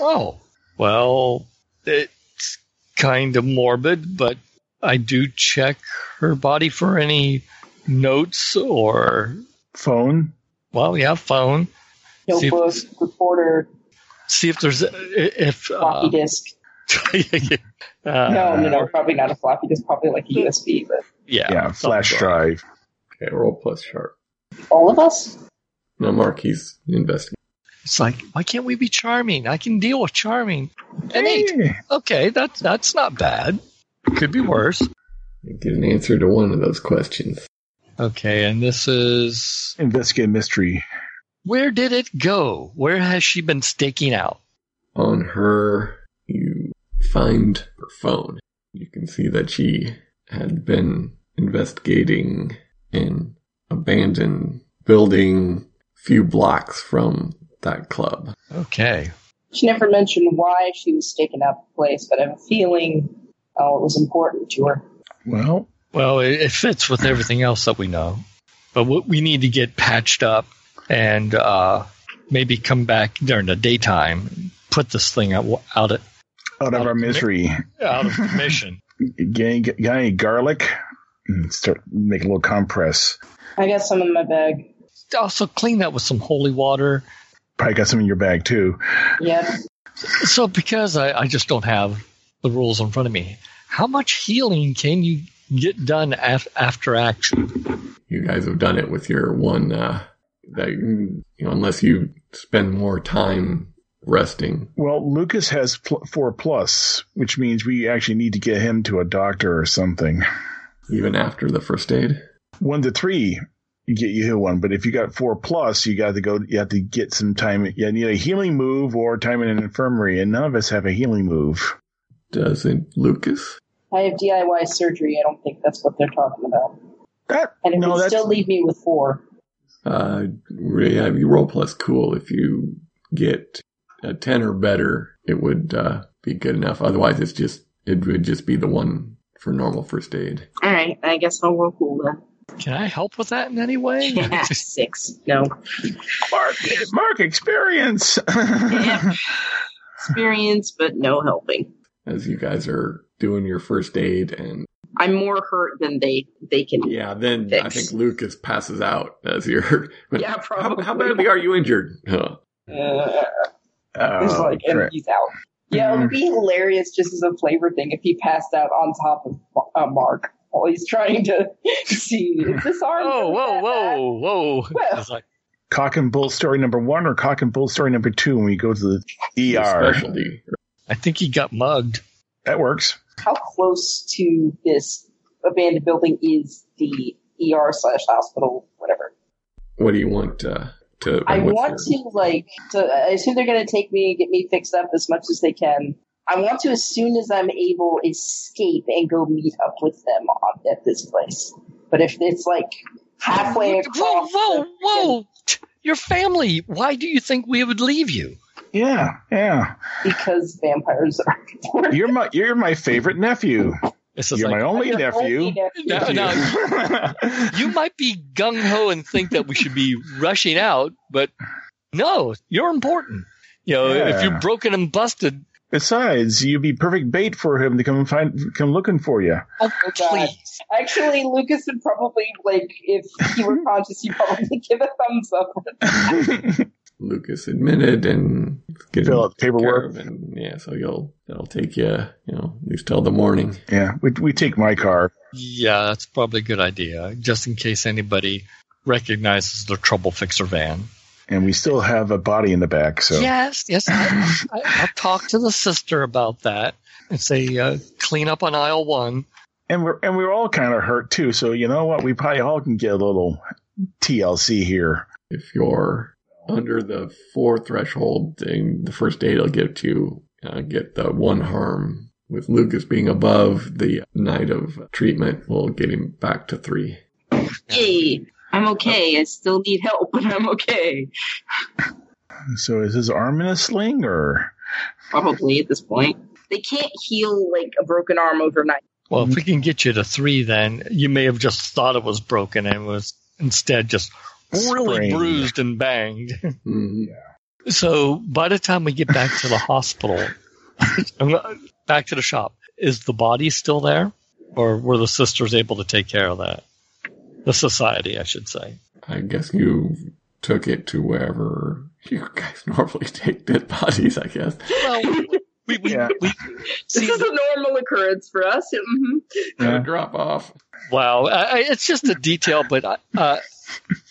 [SPEAKER 1] oh well it's kind of morbid but i do check her body for any notes or
[SPEAKER 4] phone.
[SPEAKER 1] well yeah phone See if-
[SPEAKER 3] notebook, recorder,
[SPEAKER 1] see if there's if
[SPEAKER 3] floppy
[SPEAKER 1] uh,
[SPEAKER 3] disk.
[SPEAKER 1] [LAUGHS] Uh,
[SPEAKER 3] No, no, no, probably not a floppy disk. Probably like a USB. But
[SPEAKER 1] Yeah,
[SPEAKER 4] yeah, flash
[SPEAKER 1] something.
[SPEAKER 4] drive.
[SPEAKER 2] Okay, roll plus sharp.
[SPEAKER 3] all of us.
[SPEAKER 2] Now Mark, he's investigating.
[SPEAKER 1] It's like, why can't we be charming? I can deal with charming. An eight.
[SPEAKER 4] Hey,
[SPEAKER 1] Okay, that's that's not bad. Could be worse.
[SPEAKER 2] Get an answer to one of those questions.
[SPEAKER 1] Okay, and this is
[SPEAKER 4] investigate mystery.
[SPEAKER 1] where did it go? Where has she been staking out?
[SPEAKER 2] On her, you find her phone. You can see that she had been investigating an abandoned building few blocks from that club.
[SPEAKER 1] Okay.
[SPEAKER 3] She never mentioned why she was staking out the place, but I have a feeling oh, it was important to her.
[SPEAKER 4] Well,
[SPEAKER 1] Well, it, it fits with everything else that we know, but what we need to get patched up and uh, maybe come back during the daytime, and put this thing out out, of-
[SPEAKER 4] out of our misery,
[SPEAKER 1] out of commission.
[SPEAKER 4] get, get any garlic and start make a little compress.
[SPEAKER 3] I got some in my bag.
[SPEAKER 1] also clean that with some holy water.
[SPEAKER 4] Probably got some in your bag too.
[SPEAKER 3] Yep.
[SPEAKER 1] So, because I, I just don't have the rules in front of me, how much healing can you get done af- after action?
[SPEAKER 2] you guys have done it with your one uh that you know unless you spend more time resting
[SPEAKER 4] Well, Lucas has pl- four plus, which means we actually need to get him to a doctor or something.
[SPEAKER 2] even after the first aid
[SPEAKER 4] One to three, you get you heal one, but if you got four plus, you got to go. You have to get some time. You need a healing move or time in an infirmary, and none of us have a healing move.
[SPEAKER 2] doesn't lucas
[SPEAKER 3] I have DIY surgery. I don't think that's what they're talking about.
[SPEAKER 4] That
[SPEAKER 3] And it
[SPEAKER 4] no,
[SPEAKER 3] would
[SPEAKER 4] that's
[SPEAKER 3] still leave me with four.
[SPEAKER 2] uh we have you roll plus cool if you get a 10 or better it would uh be good enough otherwise it's just it would just be the one for normal first aid
[SPEAKER 5] All right, I guess I'll roll cool then.
[SPEAKER 1] Can I help with that in any
[SPEAKER 3] [LAUGHS]
[SPEAKER 1] way? [LAUGHS]
[SPEAKER 5] Yeah, six. No. [LAUGHS]
[SPEAKER 4] Mark, Mark experience. [LAUGHS]
[SPEAKER 5] Yeah. Experience, but no helping.
[SPEAKER 2] as you guys are doing your first aid and
[SPEAKER 5] I'm more hurt than they they can.
[SPEAKER 2] yeah then i
[SPEAKER 5] Thanks.
[SPEAKER 2] think lucas passes out as [LAUGHS] you're
[SPEAKER 5] Yeah,
[SPEAKER 2] how,
[SPEAKER 5] probably.
[SPEAKER 2] how badly are you injured huh.
[SPEAKER 3] Uh, it's
[SPEAKER 4] Oh,
[SPEAKER 3] like, and
[SPEAKER 4] crap.
[SPEAKER 3] he's out. Yeah, it would
[SPEAKER 1] Mm-hmm.
[SPEAKER 3] be hilarious just as a flavor thing if he passed out on top of uh, Mark while he's trying to [LAUGHS] see is this arm.
[SPEAKER 1] Oh,
[SPEAKER 3] really
[SPEAKER 1] whoa,
[SPEAKER 3] that bad?
[SPEAKER 1] whoa, whoa.
[SPEAKER 3] Well-
[SPEAKER 1] I was like,
[SPEAKER 4] cock and bull story number one or cock and bull story number two when we go to the
[SPEAKER 2] Your
[SPEAKER 4] ER.
[SPEAKER 2] specialty
[SPEAKER 1] I think he got mugged.
[SPEAKER 4] That works.
[SPEAKER 3] how close to this abandoned building is the ER slash hospital, whatever.
[SPEAKER 2] What do you want uh, to?
[SPEAKER 3] I
[SPEAKER 2] what's
[SPEAKER 3] want
[SPEAKER 2] your-
[SPEAKER 3] to like to I assume they're gonna take me and get me fixed up as much as they can. I want to as soon as I'm able escape and go meet up with them on, at this place. But if it's like halfway
[SPEAKER 1] Whoa,
[SPEAKER 3] across
[SPEAKER 1] whoa,
[SPEAKER 3] the-
[SPEAKER 1] whoa. T- Your family, why do you think we would leave you?
[SPEAKER 4] Yeah, yeah.
[SPEAKER 3] because vampires are important.
[SPEAKER 4] You're my you're my favorite nephew.
[SPEAKER 1] It's just
[SPEAKER 4] You're
[SPEAKER 1] like,
[SPEAKER 4] my only
[SPEAKER 3] Your
[SPEAKER 4] nephew.
[SPEAKER 3] only nephew.
[SPEAKER 1] No,
[SPEAKER 4] [LAUGHS]
[SPEAKER 1] [LAUGHS] you might be gung ho and think that we should be rushing out, but no, you're important. You know, if
[SPEAKER 4] Yeah.
[SPEAKER 1] you're broken and busted,
[SPEAKER 4] Besides, you'd be perfect bait for him to come and find come looking
[SPEAKER 2] [LAUGHS]
[SPEAKER 4] for you.
[SPEAKER 1] oh,
[SPEAKER 3] Oh, God.
[SPEAKER 1] please.
[SPEAKER 3] Actually, Lucas would probably like if he were conscious, he'd probably give a thumbs up
[SPEAKER 2] Lucas admitted and get
[SPEAKER 4] Fill
[SPEAKER 2] him
[SPEAKER 4] out the paperwork.
[SPEAKER 2] taken care of And, yeah, so you'll that'll take you, you know, at least till the morning.
[SPEAKER 4] Yeah, we we take my car.
[SPEAKER 1] Yeah, that's probably a good idea, just in case anybody recognizes the trouble fixer van.
[SPEAKER 4] And we still have a body in the back, so
[SPEAKER 1] Yes, yes. I, I, I'll talk to the sister about that and say, uh, clean up on aisle one.
[SPEAKER 4] and we're and we're all kind of hurt too. So you know what? We probably all can get a little TLC here.
[SPEAKER 2] If you're under the four threshold, then the first aid will get you uh, get the one harm. With Lucas being above the night of treatment, we'll get him back to three.
[SPEAKER 5] Yay! I'm okay. I still need help, [LAUGHS] but I'm okay.
[SPEAKER 4] So is his arm in a sling or?
[SPEAKER 5] Probably at this point. They can't heal like a broken arm overnight.
[SPEAKER 1] Well, if we can get you to three, then you may have just thought it was broken and was instead just really
[SPEAKER 4] Sprained.
[SPEAKER 1] bruised and banged.
[SPEAKER 2] Mhm.
[SPEAKER 1] So by the time we get back to the hospital, I'm not- back to the shop, is the body still there? Or were the sisters able to take care of that? The society, I should say.
[SPEAKER 2] I guess you took it to wherever [LAUGHS] you guys normally take dead bodies, I guess.
[SPEAKER 1] Well, we, we,
[SPEAKER 4] Yeah.
[SPEAKER 1] we
[SPEAKER 5] This
[SPEAKER 1] see,
[SPEAKER 5] is a normal occurrence for us. hmm
[SPEAKER 2] Gotta
[SPEAKER 4] Yeah.
[SPEAKER 2] [LAUGHS] drop off.
[SPEAKER 1] wow, I, I- it's just a detail, but I- uh,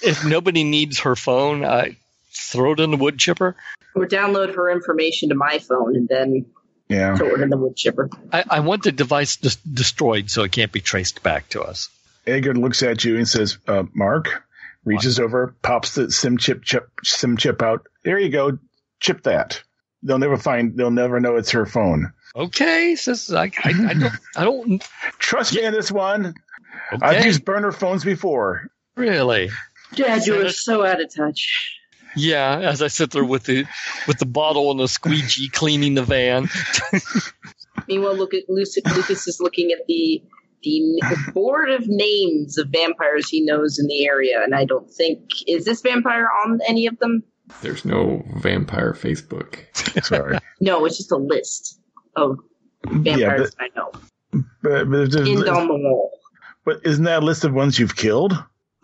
[SPEAKER 1] if nobody needs her phone, I throw it in the wood chipper.
[SPEAKER 5] Or download her information to my phone and then
[SPEAKER 4] Yeah,
[SPEAKER 5] throw it in the wood chipper.
[SPEAKER 1] I, I want the device des- destroyed so it can't be traced back to us.
[SPEAKER 4] Edgar looks at you and says, uh, "Mark." Reaches over, pops the sim chip, chip sim chip out. There you go. Chip that. They'll never find. They'll never know it's her phone.
[SPEAKER 1] Okay, sis, I, I, I don't, I don't
[SPEAKER 4] Trust me on this one.
[SPEAKER 1] okay,
[SPEAKER 4] I've used burner phones before.
[SPEAKER 1] really.
[SPEAKER 5] Dad, you
[SPEAKER 1] Send
[SPEAKER 5] are
[SPEAKER 1] it-
[SPEAKER 5] so out of touch.
[SPEAKER 1] Yeah, as I sit there with the with the bottle and the squeegee cleaning the van.
[SPEAKER 5] Meanwhile, look at Lucy, Lucas is looking at the the board of names of vampires he knows in the area, and I don't think is this vampire on any of them.
[SPEAKER 2] There's no vampire Facebook.
[SPEAKER 4] Sorry,
[SPEAKER 5] No, it's just a list of [LAUGHS] vampires I know
[SPEAKER 4] but, but,
[SPEAKER 5] in
[SPEAKER 4] but,
[SPEAKER 5] Don Mall.
[SPEAKER 4] but isn't that a list of ones you've killed?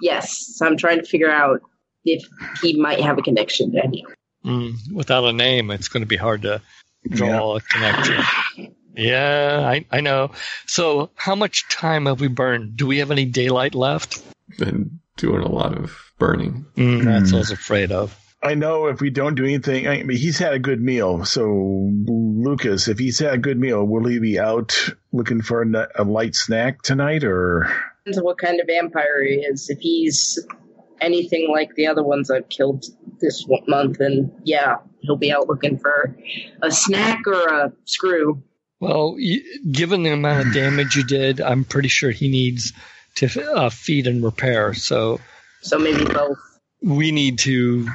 [SPEAKER 5] Yes, so I'm trying to figure out if he might have a connection to any. of them.
[SPEAKER 1] Mm, without a name, it's going to be hard to
[SPEAKER 4] Yeah.
[SPEAKER 1] draw a connection. Yeah, I, I know. So, how much time have we burned? Do we have any daylight left?
[SPEAKER 2] Been doing a lot of burning.
[SPEAKER 1] Mm, That's
[SPEAKER 4] Mm.
[SPEAKER 1] what I was afraid of.
[SPEAKER 4] I know if we don't do anything, I mean, he's had a good meal. So, Lucas, if he's had a good meal, will he be out looking for a, n- a light snack tonight? Or
[SPEAKER 5] Depends on what kind of vampire he is. If he's anything like the other ones I've killed this one month, then yeah, he'll be out looking for a snack or a screw.
[SPEAKER 1] Well, y- given the amount of damage you did, I'm pretty sure he needs to f- uh, feed and repair. So,
[SPEAKER 5] So maybe both.
[SPEAKER 1] we need to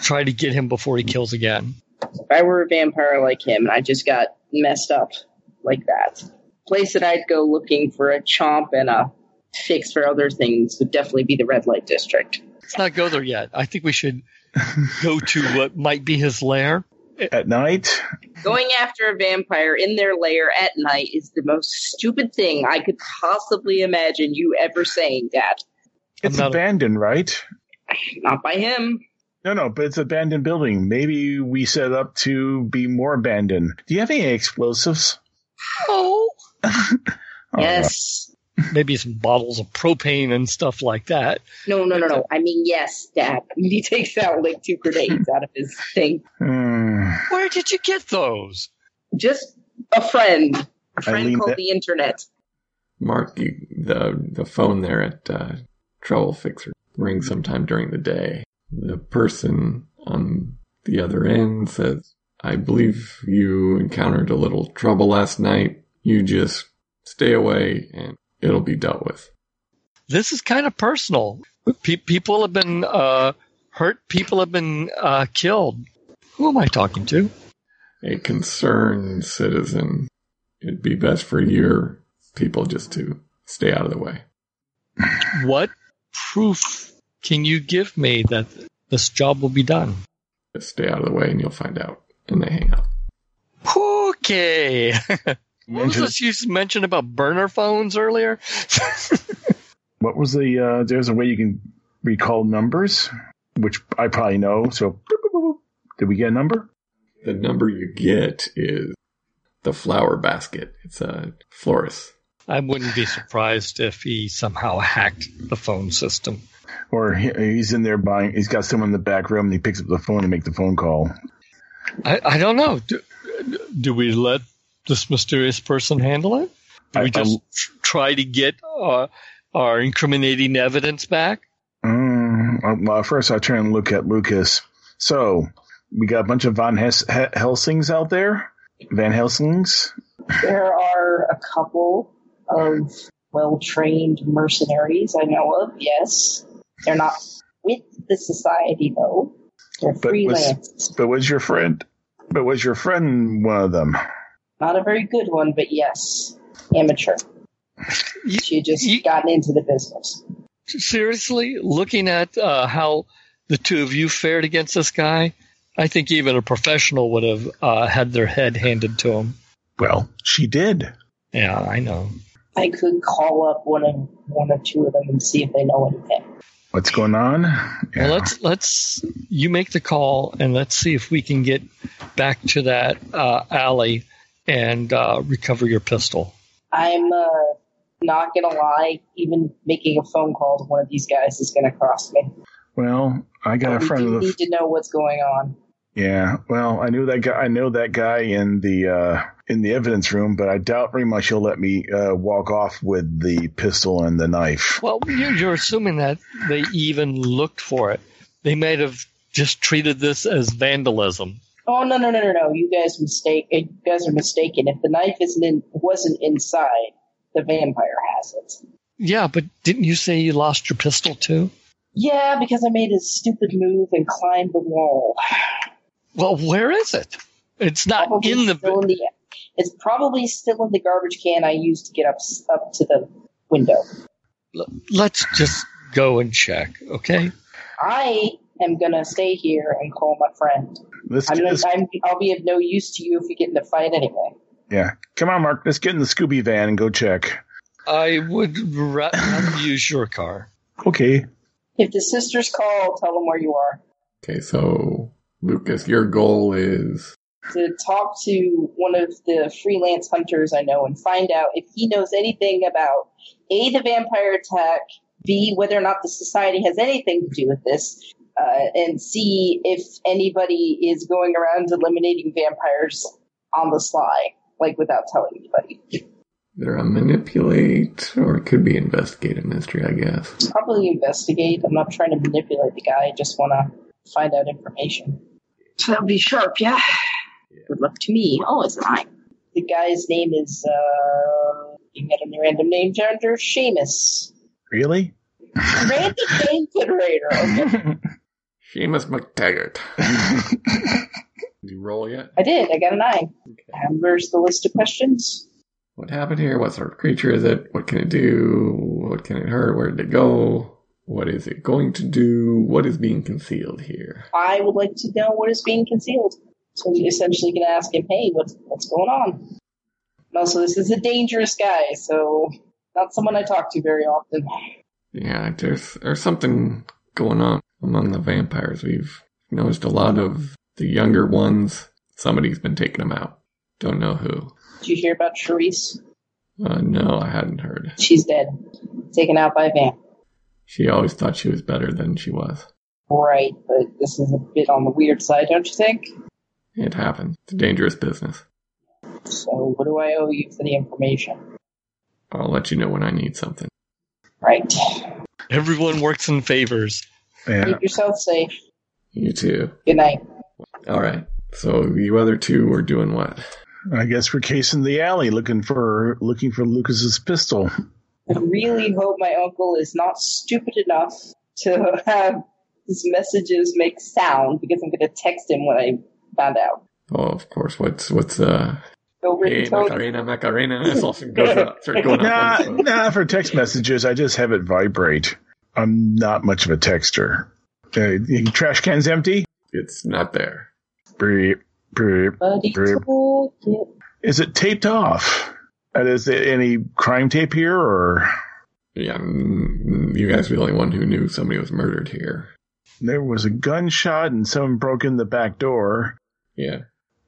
[SPEAKER 1] try to get him before he kills again.
[SPEAKER 5] If I were a vampire like him and I just got messed up like that, place that I'd go looking for a chomp and a fix for other things would definitely be the red light district.
[SPEAKER 1] Let's not go there yet. I think we should go to what might be his lair.
[SPEAKER 4] at night?
[SPEAKER 5] Going after a vampire in their lair at night is the most stupid thing I could possibly imagine you ever saying, Dad.
[SPEAKER 1] I'm
[SPEAKER 4] It's
[SPEAKER 1] not-
[SPEAKER 4] abandoned, right?
[SPEAKER 5] Not by him.
[SPEAKER 4] No, no, but it's an abandoned building. Maybe we set up to be more abandoned. Do you have any explosives?
[SPEAKER 1] Oh,
[SPEAKER 4] Oh,
[SPEAKER 5] yes.
[SPEAKER 1] maybe some bottles of propane and stuff like that.
[SPEAKER 5] No, no, no, no. I mean, yes, Dad. [LAUGHS] He takes out like two grenades out of his thing.
[SPEAKER 4] Hmm.
[SPEAKER 1] Where did you get those?
[SPEAKER 5] Just a friend. A friend
[SPEAKER 4] mean
[SPEAKER 5] called
[SPEAKER 4] that-
[SPEAKER 5] the internet.
[SPEAKER 2] Mark, you, the the phone there at uh, Trouble Fixer rings sometime during the day. The person on the other end says, "I believe you encountered a little trouble last night. You just stay away, and it'll be dealt with."
[SPEAKER 1] This is kind of personal. Pe- people have been uh, hurt. People have been uh, killed. Who am I talking to?
[SPEAKER 2] A concerned citizen, it'd be best for your people just to stay out of the way.
[SPEAKER 1] What proof can you give me that this job will be done?
[SPEAKER 2] Just stay out of the way, and you'll find out. And they hang up.
[SPEAKER 1] Okay. [LAUGHS] What was
[SPEAKER 4] Mention-
[SPEAKER 1] this you mentioned about burner phones earlier?
[SPEAKER 4] What was the? Uh, there's a way you can recall numbers. which I probably know. So, boop, boop, boop, boop. did we get a number?
[SPEAKER 2] The number you get is the flower basket. It's a florist.
[SPEAKER 1] I wouldn't be surprised if he somehow hacked the phone system.
[SPEAKER 4] Or he, he's in there buying. He's got someone in the back room, and he picks up the phone to make the phone call.
[SPEAKER 1] I, I don't know. Do, do we let this mysterious person handle it? Do
[SPEAKER 4] I-
[SPEAKER 1] we
[SPEAKER 4] I-
[SPEAKER 1] just tr- try to get uh, our incriminating evidence back?
[SPEAKER 4] Mm, uh, well, first I turn and look at Lucas. So we got a bunch of Van Hes- He- Helsings out there. Van Helsings.
[SPEAKER 5] There are a couple of well trained mercenaries I know of, yes. They're not with the society, though. They're
[SPEAKER 4] But was-
[SPEAKER 5] freelance.
[SPEAKER 4] But was your friend? But was your friend one of them?
[SPEAKER 5] Not a very good one, but yes. Amateur.
[SPEAKER 1] You-
[SPEAKER 5] She just
[SPEAKER 1] you-
[SPEAKER 5] gotten into the business.
[SPEAKER 1] Seriously, looking at uh, how the two of you fared against this guy, I think even a professional would have uh, had their head handed to him.
[SPEAKER 4] Well, she did.
[SPEAKER 1] Yeah, I know.
[SPEAKER 5] I could call up one of one or two of them and see if they know anything.
[SPEAKER 4] What's going on? Yeah.
[SPEAKER 1] Well, let's let's you make the call and let's see if we can get back to that uh, alley and uh, recover your pistol.
[SPEAKER 5] I'm uh, not gonna lie. Even making a phone call to one of these guys is gonna cost me.
[SPEAKER 4] Well, I got
[SPEAKER 5] But
[SPEAKER 4] a
[SPEAKER 5] we
[SPEAKER 4] friend.
[SPEAKER 5] do
[SPEAKER 4] Of the,
[SPEAKER 5] need to know what's going on.
[SPEAKER 4] yeah. Well, I knew that guy. I know that guy in the uh, in the evidence room, but I doubt very much he'll let me uh, walk off with the pistol and the knife.
[SPEAKER 1] Well, you're, you're assuming that they even looked for it. They might have just treated this as vandalism.
[SPEAKER 5] Oh no no no no no! You guys mistake. You guys are mistaken. If the knife isn't in, wasn't inside, the vampire has it.
[SPEAKER 1] Yeah, but didn't you say you lost your pistol too?
[SPEAKER 5] Yeah, because I made a stupid move and climbed the wall.
[SPEAKER 1] Well, where is it? It's not
[SPEAKER 5] Probably
[SPEAKER 1] in the.
[SPEAKER 5] still in the. It's probably still in the garbage can I used to get up up to the window.
[SPEAKER 1] Let's just go and check, okay?
[SPEAKER 5] I am gonna stay here and call my friend.
[SPEAKER 4] Let's,
[SPEAKER 5] I'm,
[SPEAKER 4] get
[SPEAKER 5] gonna,
[SPEAKER 4] this
[SPEAKER 5] I'm I'll be of no use to you if we get in a fight anyway.
[SPEAKER 4] yeah. Come on, Mark. Let's get in the Scooby van and go check.
[SPEAKER 1] I would ra- rather use your car.
[SPEAKER 4] Okay.
[SPEAKER 5] If the sisters call, tell them where you are.
[SPEAKER 2] Okay, so Lucas, your goal is
[SPEAKER 5] To talk to one of the freelance hunters I know and find out if he knows anything about A, the vampire attack, B, whether or not the society has anything to do with this, uh, and C, if anybody is going around eliminating vampires on the sly, like without telling anybody.
[SPEAKER 2] either a manipulate or it could be investigate a mystery, I guess.
[SPEAKER 5] probably investigate. I'm not trying to manipulate the guy. I just want to find out information.
[SPEAKER 6] So that'll be sharp, yeah. Good luck to me. Oh, it's mine.
[SPEAKER 5] The guy's name is, uh, you can get a random name gender, Seamus.
[SPEAKER 4] Really?
[SPEAKER 5] Random name generator. Okay.
[SPEAKER 2] Seamus McTaggart. Did you roll yet?
[SPEAKER 5] I did. I got a nine. And where's the list of questions?
[SPEAKER 2] What happened here? What sort of creature is it? What can it do? What can it hurt? Where did it go? What is it going to do? What is being concealed here?
[SPEAKER 5] I would like to know what is being concealed. So you essentially can ask him, hey, what's, what's going on? And also, this is a dangerous guy, so not someone I talk to very often.
[SPEAKER 2] Yeah, there's there's something going on among the vampires. We've noticed a lot of the younger ones. Somebody's been taking them out. Don't know who.
[SPEAKER 5] Did you hear about Charisse?
[SPEAKER 2] Uh, no, I hadn't heard.
[SPEAKER 5] She's dead. Taken out by a van.
[SPEAKER 2] She always thought she was better than she was.
[SPEAKER 5] Right, but this is a bit on the weird side, don't you think?
[SPEAKER 2] It happens. It's a dangerous business.
[SPEAKER 5] So what do I owe you for the information?
[SPEAKER 2] I'll let you know when I need something.
[SPEAKER 5] Right.
[SPEAKER 1] Everyone works in favors.
[SPEAKER 4] Yeah.
[SPEAKER 5] Keep yourself safe.
[SPEAKER 2] You too.
[SPEAKER 5] Good night.
[SPEAKER 2] All right. So you other two are doing what?
[SPEAKER 4] I guess we're casing the alley, looking for looking for Lucas's pistol.
[SPEAKER 5] I really hope my uncle is not stupid enough to have his messages make sound because I'm gonna text him when I found out.
[SPEAKER 2] Oh, of course. What's what's uh?
[SPEAKER 5] Go
[SPEAKER 2] Hey,
[SPEAKER 5] ring Tony.
[SPEAKER 2] Macarena, Macarena. That's all goes up. Start going
[SPEAKER 4] Nah, [LAUGHS]
[SPEAKER 2] up. on the phone.
[SPEAKER 4] nah. For text messages, I just have it vibrate. I'm not much of a texter. Uh, the trash can's empty.
[SPEAKER 2] It's not there.
[SPEAKER 4] Beep, beep.
[SPEAKER 5] Buddy
[SPEAKER 4] Rib.
[SPEAKER 5] told you.
[SPEAKER 4] Is it taped off? And is there any crime tape here, or
[SPEAKER 2] Yeah, mm, mm, you guys are the only one who knew somebody was murdered here.
[SPEAKER 4] There was a gunshot and someone broke in the back door.
[SPEAKER 2] Yeah.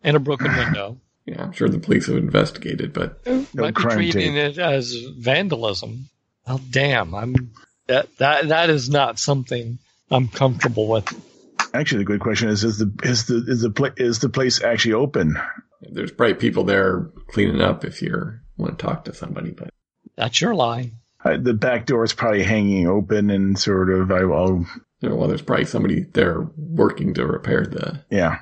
[SPEAKER 1] and a broken window.
[SPEAKER 2] Yeah, I'm sure the police have investigated, but
[SPEAKER 1] Might be
[SPEAKER 4] crime
[SPEAKER 1] treating it as vandalism. Oh, damn! I'm that that that is not something I'm comfortable with.
[SPEAKER 4] Actually, the good question is: is the is the is the pla- is the place actually open?
[SPEAKER 2] there's bright people there cleaning up if you want to talk to somebody. But
[SPEAKER 1] That's your line.
[SPEAKER 4] Uh, the back door is probably hanging open and sort of. I, I'll
[SPEAKER 2] you know, well, there's probably somebody there working to repair the.
[SPEAKER 4] yeah.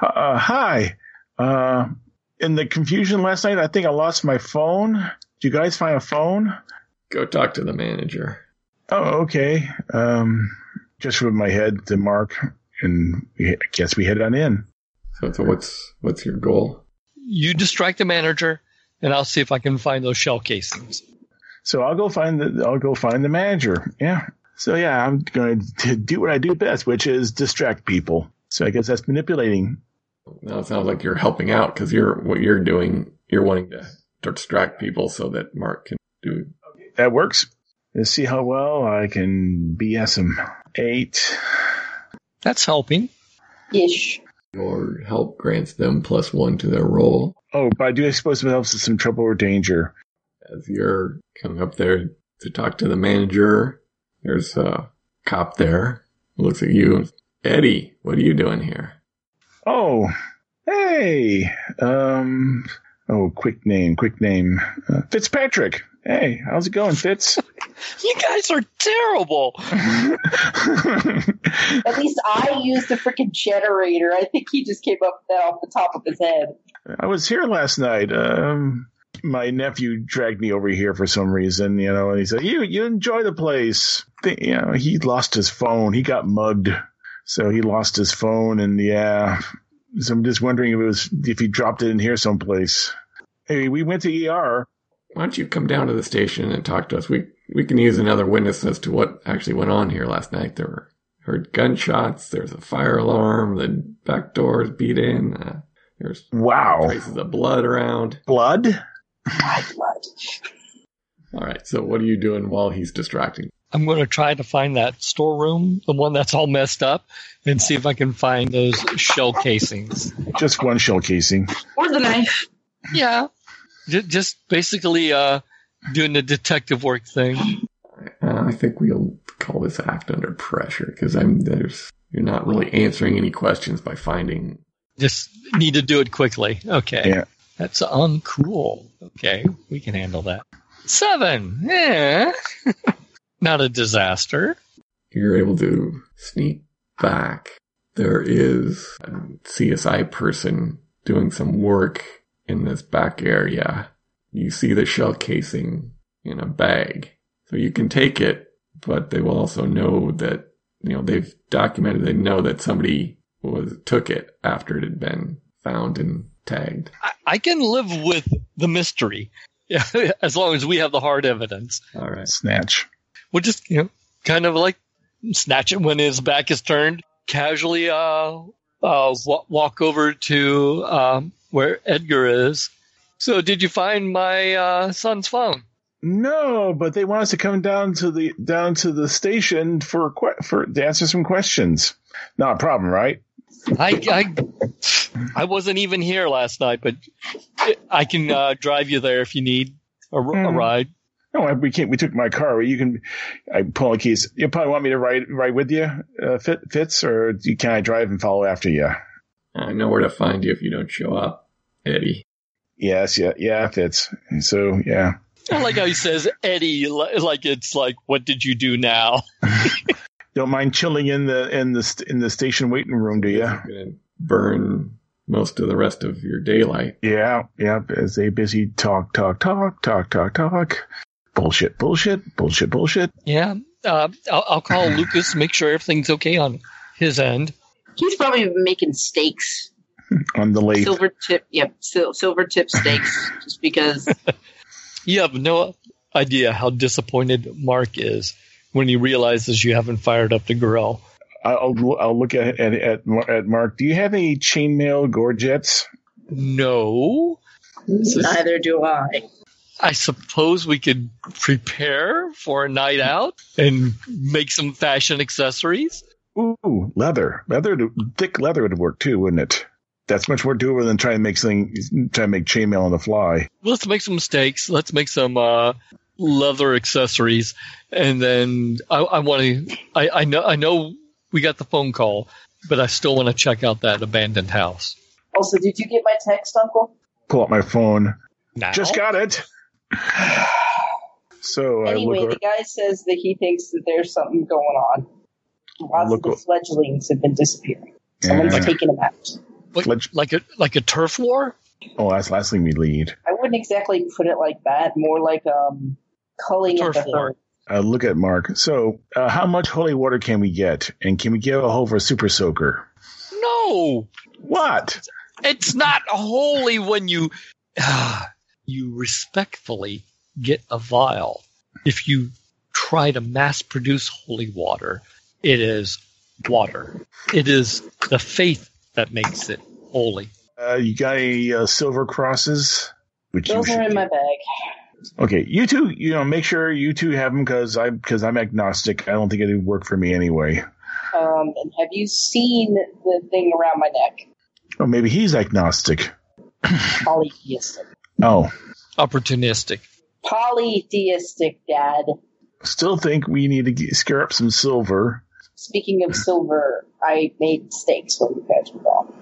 [SPEAKER 4] Uh, hi. Uh, in the confusion last night, I think I lost my phone. Did you guys find a phone?
[SPEAKER 2] Go talk to the manager.
[SPEAKER 4] Oh, okay. Um, just with my head to Mark, and we, I guess we headed on in.
[SPEAKER 2] So, so what's what's your goal?
[SPEAKER 1] You distract the manager, and I'll see if I can find those shell casings.
[SPEAKER 4] So I'll go find the I'll go find the manager. Yeah. So yeah, I'm going to do what I do best, which is distract people. So I guess that's manipulating.
[SPEAKER 2] Now it sounds like you're helping out because you're what you're doing. You're wanting to distract people so that Mark can do.
[SPEAKER 4] That works. Let's see how well I can BS him. Eight.
[SPEAKER 1] That's helping.
[SPEAKER 3] Ish.
[SPEAKER 2] Your help grants them plus one to their role.
[SPEAKER 4] Oh, but I do expose myself to some trouble or danger.
[SPEAKER 2] As you're coming up there to talk to the manager, there's a cop there who looks at you. Eddie, what are you doing here?
[SPEAKER 4] Oh, hey. Um. Oh, quick name, quick name. Uh, Fitzpatrick. Hey, how's it going, Fitz? [LAUGHS]
[SPEAKER 1] You guys are terrible.
[SPEAKER 3] At least I used a freaking generator. I think he just came up with that off the top of his head.
[SPEAKER 4] I was here last night. Um, my nephew dragged me over here for some reason, you know, and he said, "You, you enjoy the place." Th- you know, he lost his phone. He got mugged, so he lost his phone, and yeah. So I'm just wondering if it was if he dropped it in here someplace. Hey, we went to ER.
[SPEAKER 2] Why don't you come down to the station and talk to us? We we can use another witness as to what actually went on here last night. There were heard gunshots. There's a fire alarm. The back door is beat in. Uh, there's
[SPEAKER 4] Wow,
[SPEAKER 2] traces of blood around.
[SPEAKER 4] blood.
[SPEAKER 3] My blood.
[SPEAKER 2] All right. So what are you doing while he's distracting?
[SPEAKER 1] I'm going to try to find that storeroom, the one that's all messed up, and see if I can find those shell casings.
[SPEAKER 4] Just one shell casing.
[SPEAKER 5] Or the knife.
[SPEAKER 1] Yeah, J- just basically uh, doing the detective work thing.
[SPEAKER 2] Uh, I think we'll call this act under pressure because I'm there's you're not really answering any questions by finding.
[SPEAKER 1] Just need to do it quickly. Okay,
[SPEAKER 4] Yeah.
[SPEAKER 1] that's uncool. Okay, we can handle that. Seven, yeah, [LAUGHS] not a disaster.
[SPEAKER 2] You're able to sneak back. There is a CSI person doing some work in this back area. You see the shell casing in a bag. So you can take it, but they will also know that, you know, they've documented, they know that somebody was, took it after it had been found and tagged.
[SPEAKER 1] I, I can live with the mystery, [LAUGHS] yeah, as long as we have the hard evidence.
[SPEAKER 2] All right.
[SPEAKER 4] Snatch.
[SPEAKER 1] we'll just you know kind of like snatch it when his back is turned casually uh uh wa- walk over to um where edgar is so did you find my uh son's phone
[SPEAKER 4] No, but they want us to come down to the down to the station for que- for to answer some questions. Not a problem, right?
[SPEAKER 1] i i i wasn't even here last night but i can uh drive you there if you need a, r- a
[SPEAKER 4] Mhm.
[SPEAKER 1] ride
[SPEAKER 4] No, I, we can't. We took my car. You can. I pull the keys. You probably want me to ride ride with you, uh, Fit, Fitz, or do- can I drive and follow after you?
[SPEAKER 2] I know where to find you if you don't show up, Eddie.
[SPEAKER 4] Yes, yeah, yeah, Fitz. So yeah,
[SPEAKER 1] I like how he says eddie li- like it's like what did you do now
[SPEAKER 4] don't mind chilling in the in the st- in the station waiting room, do you?
[SPEAKER 2] You're gonna burn most of the rest of your daylight.
[SPEAKER 4] Yeah, yeah. As they busy talk, talk, talk, talk, talk, talk. Bullshit, bullshit, bullshit, bullshit.
[SPEAKER 1] yeah uh, I'll, I'll call lucas make sure everything's okay on his end
[SPEAKER 5] He's probably making steaks.
[SPEAKER 4] On the lathe.
[SPEAKER 5] Silver tip, yep, sil- silver tip steaks, just because
[SPEAKER 1] You have no idea how disappointed Mark is when he realizes you haven't fired up the grill.
[SPEAKER 4] I'll I'll look at at at, Mar- at Mark. Do you have any chainmail gorgets?
[SPEAKER 1] No. [LAUGHS] This is-
[SPEAKER 5] neither do I.
[SPEAKER 1] I suppose we could prepare for a night out and make some fashion accessories.
[SPEAKER 4] Ooh, leather, leather, thick leather would work too, wouldn't it? That's much more doable than trying to make something, trying to make chainmail on the fly.
[SPEAKER 1] Let's make some mistakes. Let's make some uh, leather accessories, and then I, I want to. I, I know. I know we got the phone call, but I still want to check out that abandoned house.
[SPEAKER 3] Also, did you get my text, Uncle?
[SPEAKER 4] Pull out my phone.
[SPEAKER 1] Now,
[SPEAKER 4] Just got it. [SIGHS] So I
[SPEAKER 3] anyway,
[SPEAKER 4] look.
[SPEAKER 3] the guy says that he thinks that there's something going on. Lots
[SPEAKER 4] Look
[SPEAKER 3] of the
[SPEAKER 4] up.
[SPEAKER 3] fledglings have been disappearing. Someone's
[SPEAKER 4] Yeah.
[SPEAKER 3] taking them out.
[SPEAKER 1] like,
[SPEAKER 4] Fletch-
[SPEAKER 1] like a like a turf war.
[SPEAKER 4] Oh, that's the last thing we lead.
[SPEAKER 3] I wouldn't exactly put it like that. More like um, culling of
[SPEAKER 1] Turf
[SPEAKER 3] the
[SPEAKER 1] war.
[SPEAKER 3] herd.
[SPEAKER 4] Uh, look at Mark. So, uh, how much holy water can we get, and can we get a hole for a super soaker?
[SPEAKER 1] No,
[SPEAKER 4] What?
[SPEAKER 1] it's not holy when you ah, you respectfully get a vial. If you try to mass produce holy water, it is water. It is the faith that makes it holy.
[SPEAKER 4] Uh, you got any uh, silver crosses? Which
[SPEAKER 3] Those
[SPEAKER 4] should
[SPEAKER 3] are in
[SPEAKER 4] do.
[SPEAKER 3] my bag.
[SPEAKER 4] Okay, you two, you know, make sure you two have them because I because I'm agnostic. I don't think it'd work for me anyway.
[SPEAKER 3] Um, and have you seen the thing around my neck?
[SPEAKER 4] Or Oh, maybe he's agnostic.
[SPEAKER 3] Polytheistic.
[SPEAKER 4] Oh,
[SPEAKER 1] Opportunistic.
[SPEAKER 3] Polytheistic, Dad.
[SPEAKER 4] still think we need to get, scare up some silver.
[SPEAKER 3] Speaking
[SPEAKER 4] [LAUGHS]
[SPEAKER 3] of silver, I made steaks when you guys were gone.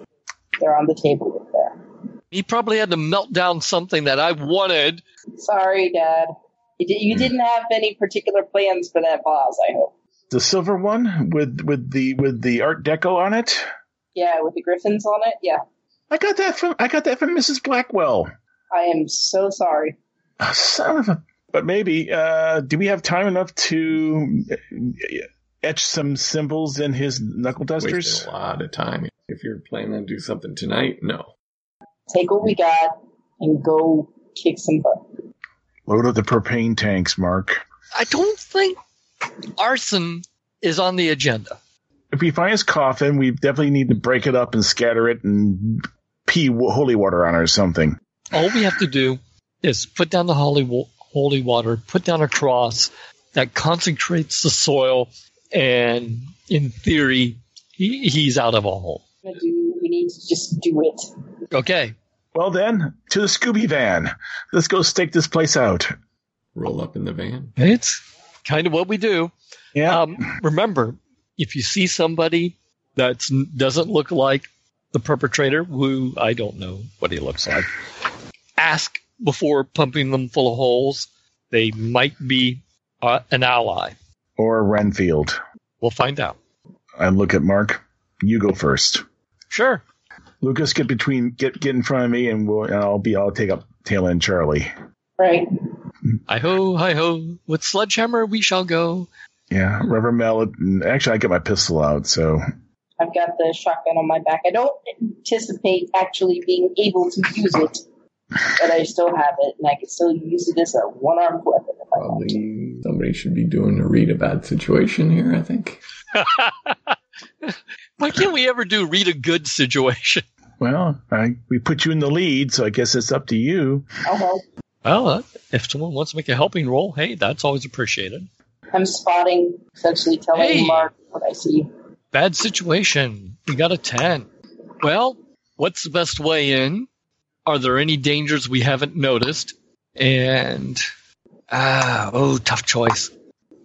[SPEAKER 3] They're on the table over there.
[SPEAKER 1] He probably had to melt down something that I wanted.
[SPEAKER 3] Sorry, Dad. You, di-
[SPEAKER 4] Hmm.
[SPEAKER 3] you didn't have any particular plans for that boss, I hope.
[SPEAKER 4] The silver one with with the with the Art Deco on it.
[SPEAKER 3] Yeah, with the griffins on it? Yeah.
[SPEAKER 4] I got that from I got that from Mrs. Blackwell.
[SPEAKER 3] I am so sorry.
[SPEAKER 4] Ah, Son of a. But maybe uh, do we have time enough to uh, etch some symbols in his knuckle dusters?
[SPEAKER 2] Wasted a lot of time. If you're planning to do something tonight, no.
[SPEAKER 3] Take what we got and go kick some butt.
[SPEAKER 4] Load up the propane tanks, Mark.
[SPEAKER 1] I don't think arson is on the agenda.
[SPEAKER 4] if we find his coffin, we definitely need to break it up and scatter it and pee w- holy water on it or something.
[SPEAKER 1] All we have to do is put down the holy, wa- holy water, put down a cross that concentrates the soil, and in theory, he, he's out of a hole.
[SPEAKER 3] We're gonna do- We need to just do it.
[SPEAKER 1] Okay.
[SPEAKER 4] Well, then, to the Scooby van. Let's go stake this place out.
[SPEAKER 2] Roll up in the van.
[SPEAKER 1] It's kind of what we do.
[SPEAKER 4] Yeah.
[SPEAKER 1] Um, remember, if you see somebody that doesn't look like the perpetrator, who I don't know what he looks like, ask before pumping them full of holes. They might be uh, an ally.
[SPEAKER 4] or Renfield.
[SPEAKER 1] We'll find out.
[SPEAKER 4] I look at Mark. You go first.
[SPEAKER 1] Sure.
[SPEAKER 4] Lucas, get between, get get in front of me, and we'll, and I'll be, I'll take up tail end Charlie.
[SPEAKER 3] Right.
[SPEAKER 1] Hi ho, hi ho. With sledgehammer we shall go.
[SPEAKER 4] Yeah, rubber mallet. and Actually, I got my pistol out, so
[SPEAKER 3] I've got the shotgun on my back. I don't anticipate actually being able to use it, but I still have it, and I can still use it as a one-armed weapon if I
[SPEAKER 2] Um,
[SPEAKER 3] want to.
[SPEAKER 2] Probably somebody should be doing a read about situation here, I think.
[SPEAKER 1] Why can't we ever do read a good situation? [LAUGHS]
[SPEAKER 4] well, I, we put you in the lead, so I guess it's up to you.
[SPEAKER 3] I'll help.
[SPEAKER 1] Well, uh, if someone wants to make a helping roll, hey, that's always appreciated.
[SPEAKER 3] I'm spotting, essentially telling
[SPEAKER 1] Hey.
[SPEAKER 3] Mark what I see.
[SPEAKER 1] Bad situation. We got a 10. Well, what's the best way in? Are there any dangers we haven't noticed? And, ah, oh, tough choice.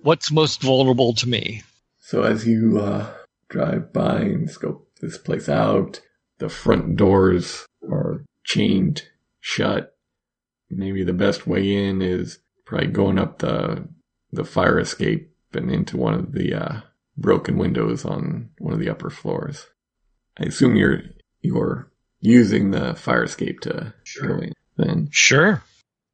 [SPEAKER 1] What's most vulnerable to me?
[SPEAKER 2] So as you uh, drive by and scope this place out, the front doors are chained shut. Maybe the best way in is probably going up the the fire escape and into one of the uh, broken windows on one of the upper floors. I assume you're you're using the fire escape to
[SPEAKER 1] Sure.
[SPEAKER 2] go in, then
[SPEAKER 1] Sure.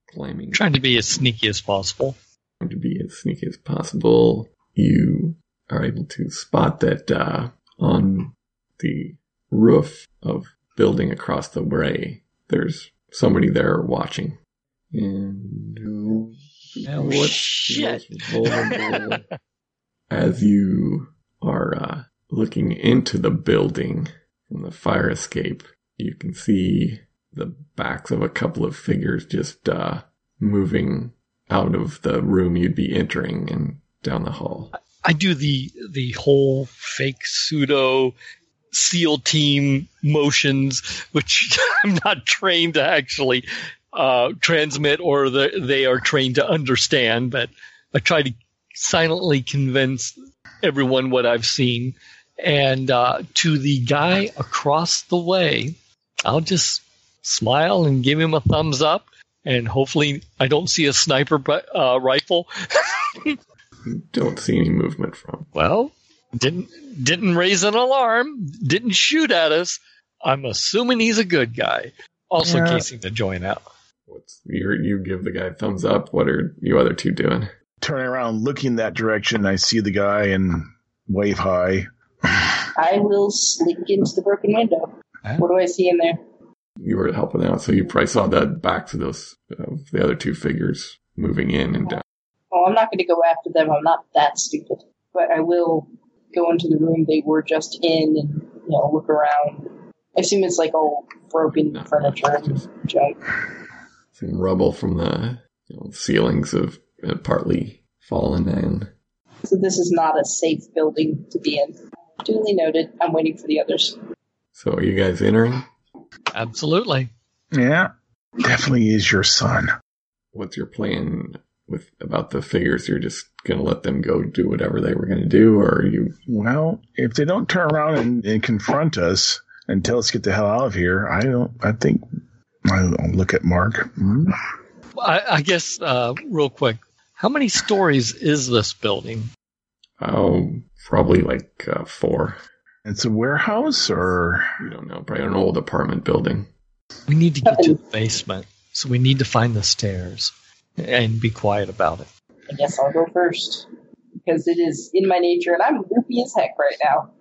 [SPEAKER 2] climbing
[SPEAKER 1] Trying to be as sneaky as possible.
[SPEAKER 2] trying to be as sneaky as possible, you are able to spot that uh, on the roof of building across the way, there's somebody there watching. And who-
[SPEAKER 1] Oh,
[SPEAKER 2] what's
[SPEAKER 1] shit.
[SPEAKER 2] most vulnerable? as you are uh, looking into the building from the fire escape, you can see the backs of a couple of figures just uh, moving out of the room you'd be entering and down the hall.
[SPEAKER 1] I do the the whole fake pseudo SEAL team motions, which [LAUGHS] I'm not trained to actually uh, transmit or the, they are trained to understand, but I try to silently convince everyone what I've seen. And uh, to the guy across the way, I'll just smile and give him a thumbs up, and hopefully I don't see a sniper bu- uh, rifle.
[SPEAKER 2] Don't see any movement from.
[SPEAKER 1] Well, didn't didn't raise an alarm, didn't shoot at us. I'm assuming he's a good guy. Also,
[SPEAKER 4] Yeah.
[SPEAKER 1] casing the joint out.
[SPEAKER 2] What's you? You give the guy a thumbs up. What are you other two doing?
[SPEAKER 4] Turn around, looking that direction. I see the guy and wave high.
[SPEAKER 3] I will sneak into the broken window.
[SPEAKER 1] Huh?
[SPEAKER 3] What do I see in there?
[SPEAKER 2] You were helping out, so you probably saw the backs of those of the other two figures moving in and down.
[SPEAKER 3] Well, I'm not going to go after them. I'm not that stupid. But I will go into the room they were just in and you know look around. I assume it's like old broken
[SPEAKER 2] No,
[SPEAKER 3] furniture
[SPEAKER 2] just-
[SPEAKER 3] and junk.
[SPEAKER 2] Some rubble from the you know, ceilings have uh, partly fallen in.
[SPEAKER 3] So this is not a safe building to be in. Duly noted. I'm waiting for the others.
[SPEAKER 2] So are you guys entering?
[SPEAKER 1] Absolutely.
[SPEAKER 4] Yeah, definitely is your son.
[SPEAKER 2] What's your plan with about the figures? You're just gonna let them go do whatever they were gonna do, or are you?
[SPEAKER 4] Well, if they don't turn around and, and confront us and tell us to get the hell out of here, I don't. I think I'll look at Mark. Hmm?
[SPEAKER 2] Mm-hmm.
[SPEAKER 1] I, I guess uh, real quick, how many stories is this building?
[SPEAKER 2] Oh, probably like uh, four.
[SPEAKER 4] It's a warehouse, or
[SPEAKER 2] We don't know. Probably an old apartment building.
[SPEAKER 1] We need to get to the basement, so we need to find the stairs and be quiet about it.
[SPEAKER 3] I guess I'll go first because it is in my nature, and I'm loopy as heck right now.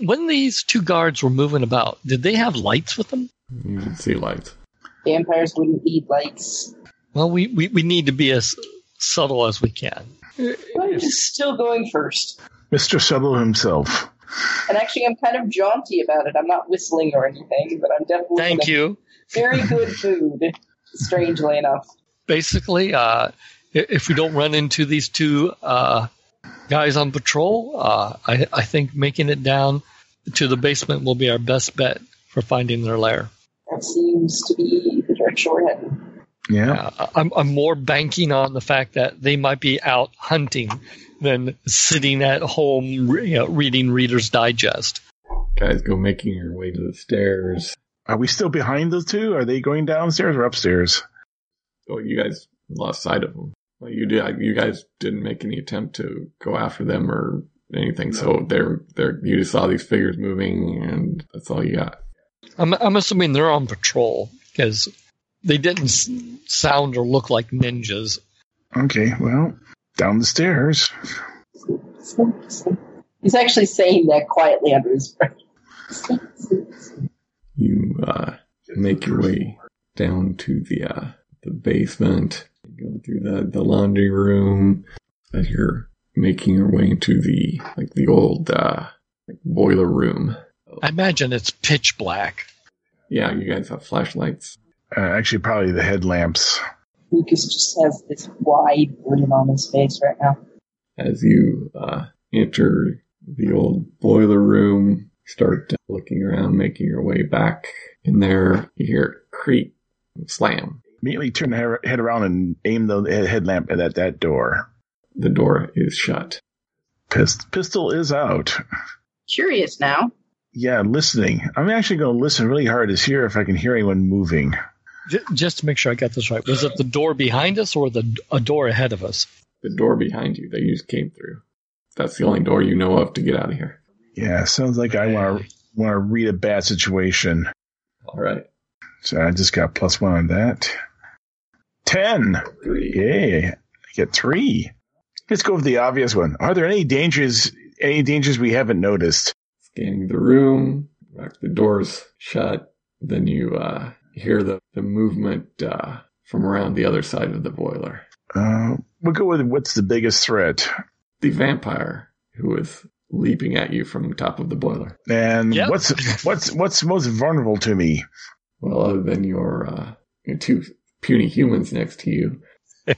[SPEAKER 1] When these two guards were moving about, did they have lights with them?
[SPEAKER 2] You can see lights.
[SPEAKER 3] Vampires wouldn't need lights.
[SPEAKER 1] Well, we, we, we need to be as subtle as we can.
[SPEAKER 3] I'm just still going first.
[SPEAKER 4] Mister Subtle himself.
[SPEAKER 3] And actually, I'm kind of jaunty about it. I'm not whistling or anything, but I'm definitely
[SPEAKER 1] Thank
[SPEAKER 3] in a
[SPEAKER 1] you.
[SPEAKER 3] very good mood, strangely enough.
[SPEAKER 1] Basically, uh, i- if we don't run into these two uh, guys on patrol, uh, I, I think making it down to the basement will be our best bet for finding their lair.
[SPEAKER 3] That seems to be the direction we're heading.
[SPEAKER 4] Yeah.
[SPEAKER 1] Uh, I'm, I'm more banking on the fact that they might be out hunting than sitting at home re- you know, reading Reader's Digest.
[SPEAKER 2] Guys, go making your way to the stairs.
[SPEAKER 4] Are we still behind those two? Are they going downstairs or upstairs?
[SPEAKER 2] Oh, you guys lost sight of them. Well, you did. You guys didn't make any attempt to go after them or anything. So they're they're. You just saw these figures moving, and that's all you got.
[SPEAKER 1] I'm, I'm assuming they're on patrol because they didn't s- sound or look like ninjas.
[SPEAKER 4] Okay, well, down the stairs.
[SPEAKER 3] He's actually saying that quietly under his breath.
[SPEAKER 2] You uh, make your way down to the uh, the basement. You go through the, the laundry room. As you're making your way into the like the old uh, like boiler room.
[SPEAKER 1] I imagine it's pitch black.
[SPEAKER 2] Yeah, you guys have flashlights.
[SPEAKER 4] Uh, actually, probably the headlamps.
[SPEAKER 3] Lucas just has this wide grin on his face right now.
[SPEAKER 2] as you uh, enter the old boiler room, start looking around, making your way back in there. You hear creak, slam.
[SPEAKER 4] Immediately turn the he- head around and aim the he- headlamp at that, that door.
[SPEAKER 2] The door is shut.
[SPEAKER 4] Pist- pistol is out.
[SPEAKER 5] Curious now.
[SPEAKER 4] Yeah, listening. I'm actually going to listen really hard to hear if I can hear anyone moving.
[SPEAKER 1] J- just to make sure I got this right, was it the door behind us or the a door ahead of us?
[SPEAKER 2] The door behind you that you just came through. That's the only door you know of to get out of here.
[SPEAKER 4] Yeah, sounds like I want to want to read a bad situation.
[SPEAKER 2] All right.
[SPEAKER 4] So I just got plus one on that. Ten.
[SPEAKER 2] Three.
[SPEAKER 4] Yay! I get three. Let's go with the obvious one. Are there any dangers? Any dangers we haven't noticed?
[SPEAKER 2] Scanning the room. Back the door's shut. Then you uh, hear the, the movement uh, from around the other side of the boiler.
[SPEAKER 4] Uh, we'll go with what's the biggest threat,
[SPEAKER 2] The vampire who is leaping at you from the top of the boiler.
[SPEAKER 4] and
[SPEAKER 1] Yep.
[SPEAKER 4] what's what's what's most vulnerable to me.
[SPEAKER 2] Well, other than your, uh, your two puny humans next to you, do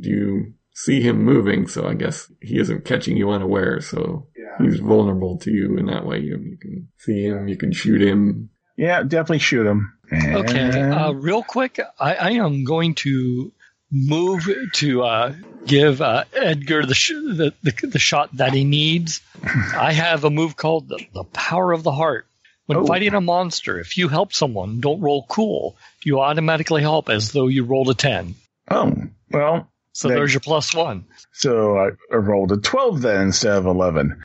[SPEAKER 2] you see him moving, so I guess he isn't catching you unaware, so he's vulnerable to you in that way. You, you can see him, you can shoot him.
[SPEAKER 4] Yeah, definitely shoot him.
[SPEAKER 1] Okay,
[SPEAKER 4] And-
[SPEAKER 1] uh, real quick, I, I am going to move to uh, give uh, Edgar the, sh- the, the the shot that he needs. I have a move called the, the Power of the Heart. When
[SPEAKER 4] Oh.
[SPEAKER 1] fighting a monster, if you help someone, don't roll cool. You automatically help as though you rolled a 10.
[SPEAKER 4] oh, well,
[SPEAKER 1] So
[SPEAKER 4] That-
[SPEAKER 1] there's your plus one.
[SPEAKER 4] so I, I rolled a 12 then instead of 11.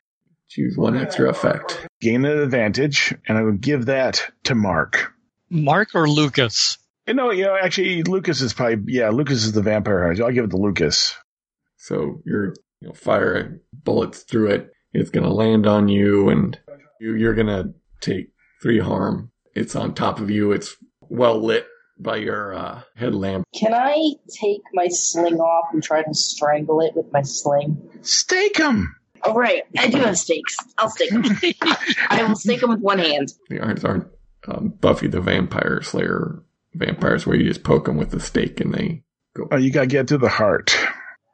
[SPEAKER 2] Choose one extra effect.
[SPEAKER 4] Gain an advantage, and I will give that to Mark.
[SPEAKER 1] Mark or Lucas?
[SPEAKER 4] You know, you know, actually, Lucas is probably, yeah, Lucas is the vampire. hunter. I'll give it to Lucas.
[SPEAKER 2] So you're you know, firing bullets through it. It's gonna land on you, and you, you're gonna take three harm. It's on top of you. It's well lit by your uh, headlamp.
[SPEAKER 3] Can I take my sling off and try to strangle it with my sling?
[SPEAKER 4] Stake him!
[SPEAKER 5] All right, I do have stakes. I'll stake them. [LAUGHS] I will stake them with one hand.
[SPEAKER 2] The arms aren't um, Buffy the Vampire Slayer vampires where you just poke them with a stake and they.
[SPEAKER 4] Oh, you got to get to the heart.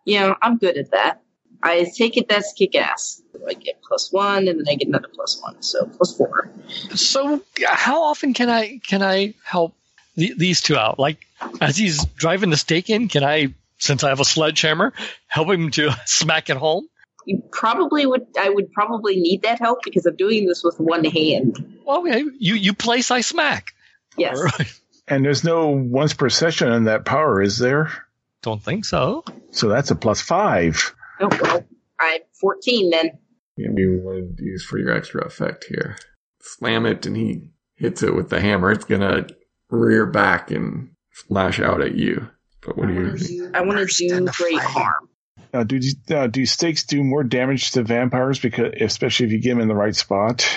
[SPEAKER 5] You know, I'm good at that. I take it that's kick ass. I get plus one, and then I get another plus one, so plus four.
[SPEAKER 1] So how often can I can I help the, these two out? Like as he's driving the stake in, can I since I have a sledgehammer help him to [LAUGHS] smack it home?
[SPEAKER 5] You probably would. I would probably need that help because I'm doing this with one hand.
[SPEAKER 1] Well, okay, you you place, I smack.
[SPEAKER 5] Yes,
[SPEAKER 1] All right.
[SPEAKER 4] And there's no once per session in that power, is there?
[SPEAKER 1] [LAUGHS] Don't think so.
[SPEAKER 4] So that's a plus five.
[SPEAKER 5] Oh well, I'm 14 then.
[SPEAKER 2] Maybe we wanted to use for your extra effect here. Slam it and he hits it with the hammer. It's gonna rear back and lash out at you. But what do you?
[SPEAKER 5] I want to do great harm.
[SPEAKER 4] Now, do now, do stakes do more damage to vampires because, especially if you get them in the right spot?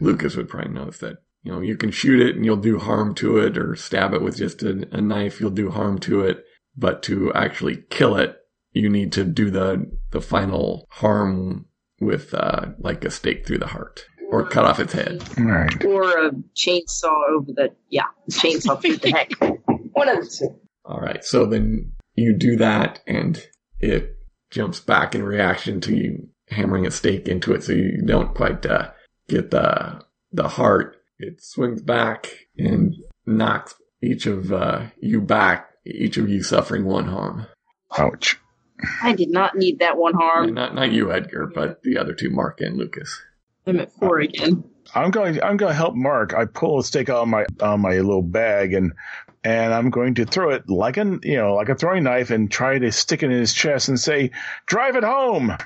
[SPEAKER 2] Lucas would probably notice that. You know, you can shoot it and you'll do harm to it, or stab it with just a, a knife. You'll do harm to it, but to actually kill it, you need to do the the final harm with uh, like a stake through the heart or cut off its head.
[SPEAKER 4] All right.
[SPEAKER 5] Or a chainsaw over the yeah, chainsaw through the heck.
[SPEAKER 3] [LAUGHS] One of the two.
[SPEAKER 2] All right. So then you do that, and it jumps back in reaction to you hammering a stake into it, so you don't quite uh, get the the heart. It swings back and knocks each of uh, you back, each of you suffering one harm.
[SPEAKER 4] Ouch.
[SPEAKER 5] I did not need that one harm.
[SPEAKER 2] not not you, Edgar, but the other two, Mark and Lucas.
[SPEAKER 5] I'm at four again.
[SPEAKER 4] I'm going. I'm going to help Mark. I pull a stake out of my out of my little bag and and I'm going to throw it like an you know like a throwing knife and try to stick it in his chest and say, "Drive it home."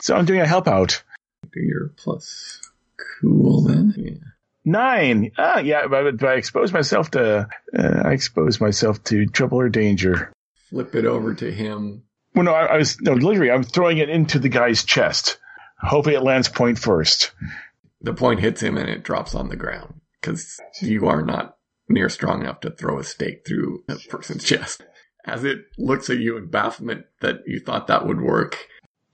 [SPEAKER 4] so I'm doing a help out.
[SPEAKER 2] Do your plus cool then. Yeah.
[SPEAKER 4] Nine. Ah, yeah, but, but I expose myself to uh, I expose myself to trouble or danger.
[SPEAKER 2] Flip it over to him.
[SPEAKER 4] Well, no, I, I was no literally. I'm throwing it into the guy's chest, hoping it lands point first.
[SPEAKER 2] The point hits him, and it drops on the ground because you are not near strong enough to throw a stake through a person's chest. As it looks at you in bafflement that you thought that would work,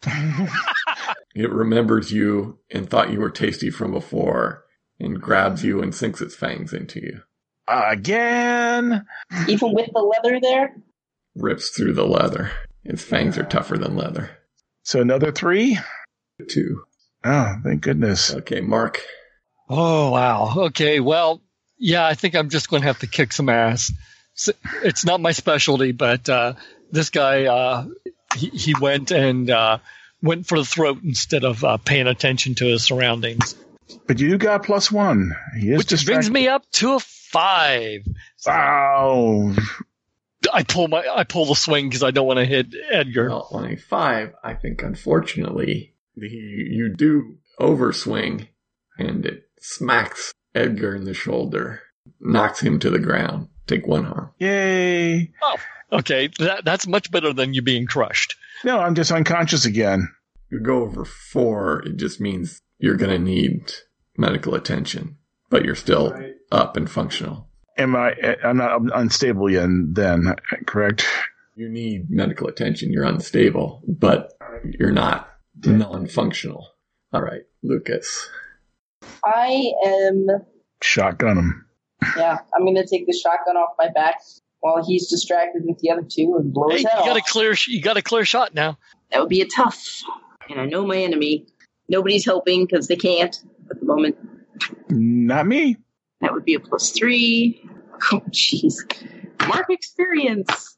[SPEAKER 2] it remembers you and thought you were tasty from before, and grabs you and sinks its fangs into you,
[SPEAKER 4] Again.
[SPEAKER 3] Even with the leather there?
[SPEAKER 2] rips through the leather. Its fangs are tougher than leather.
[SPEAKER 4] So another three.
[SPEAKER 2] Two.
[SPEAKER 4] Oh, thank goodness.
[SPEAKER 2] Okay, Mark.
[SPEAKER 1] Oh wow. Okay. Well, yeah. I think I'm just going to have to kick some ass. S- It's not my specialty, but uh, this guy uh, he, he went and uh, went for the throat instead of uh, paying attention to his surroundings.
[SPEAKER 4] But you got plus one. He is
[SPEAKER 1] which brings
[SPEAKER 4] distracted.
[SPEAKER 1] me up to a five.
[SPEAKER 4] Wow.
[SPEAKER 1] I pull my I pull the swing because I don't want to hit Edgar.
[SPEAKER 2] Well, on a five, I think unfortunately the, you do overswing, and it smacks Edgar in the shoulder, knocks him to the ground. Take one harm.
[SPEAKER 4] Yay.
[SPEAKER 1] Okay, that, that's much better than you being crushed.
[SPEAKER 4] No, I'm just unconscious again.
[SPEAKER 2] You go over four. It just means you're going to need medical attention, but you're still up and functional.
[SPEAKER 4] Am I? I'm not unstable yet. Then correct.
[SPEAKER 2] You need medical attention. You're unstable, but you're not non-functional. All right, Lucas.
[SPEAKER 3] I am
[SPEAKER 4] Shotgun him.
[SPEAKER 3] yeah, I'm gonna take the shotgun off my back while he's distracted with the other two and blows
[SPEAKER 1] Hey, you
[SPEAKER 3] hell.
[SPEAKER 1] got a clear sh- you got a clear shot now.
[SPEAKER 5] That would be a tough. And I know my enemy. Nobody's helping because they can't at the moment.
[SPEAKER 4] Not me.
[SPEAKER 5] That would be a plus three. [LAUGHS] Oh, jeez. Mark experience.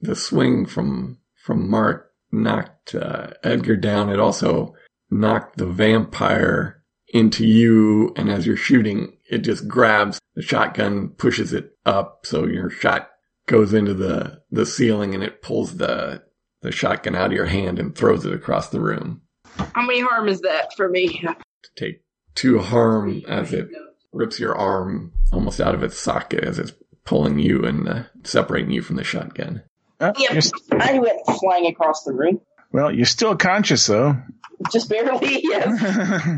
[SPEAKER 2] the swing from from Mark knocked uh, Edgar down. It also knocked the vampire into you, and as you're shooting, it just grabs the shotgun, pushes it up, so your shot goes into the the ceiling, and it pulls the the shotgun out of your hand and throws it across the room
[SPEAKER 5] How many harm is that for me?
[SPEAKER 2] to take two harm as it rips your arm almost out of its socket as it's pulling you and uh, separating you from the shotgun.
[SPEAKER 4] Uh,
[SPEAKER 5] Yep.
[SPEAKER 4] you're s-
[SPEAKER 3] I went flying across the room,
[SPEAKER 4] well, you're still conscious though. [LAUGHS]
[SPEAKER 3] just barely. [LAUGHS] Yes.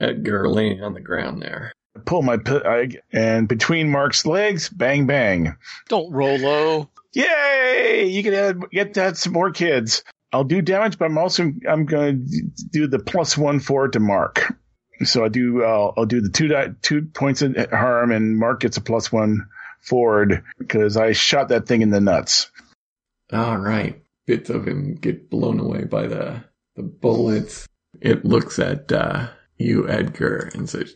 [SPEAKER 2] Edgar laying on the ground there.
[SPEAKER 4] Pull my pi- I, and between Mark's legs, bang bang.
[SPEAKER 1] Don't roll low.
[SPEAKER 4] Yay! You can add, get that some more kids. I'll do damage, but I'm also I'm going to do the plus one four to Mark. So I do uh, I'll do the two di- two points of harm, and Mark gets a plus one forward because I shot that thing in the nuts.
[SPEAKER 2] All Ah, right. Bits of him get blown away by the the bullets. It looks at uh, you, Edgar, and says,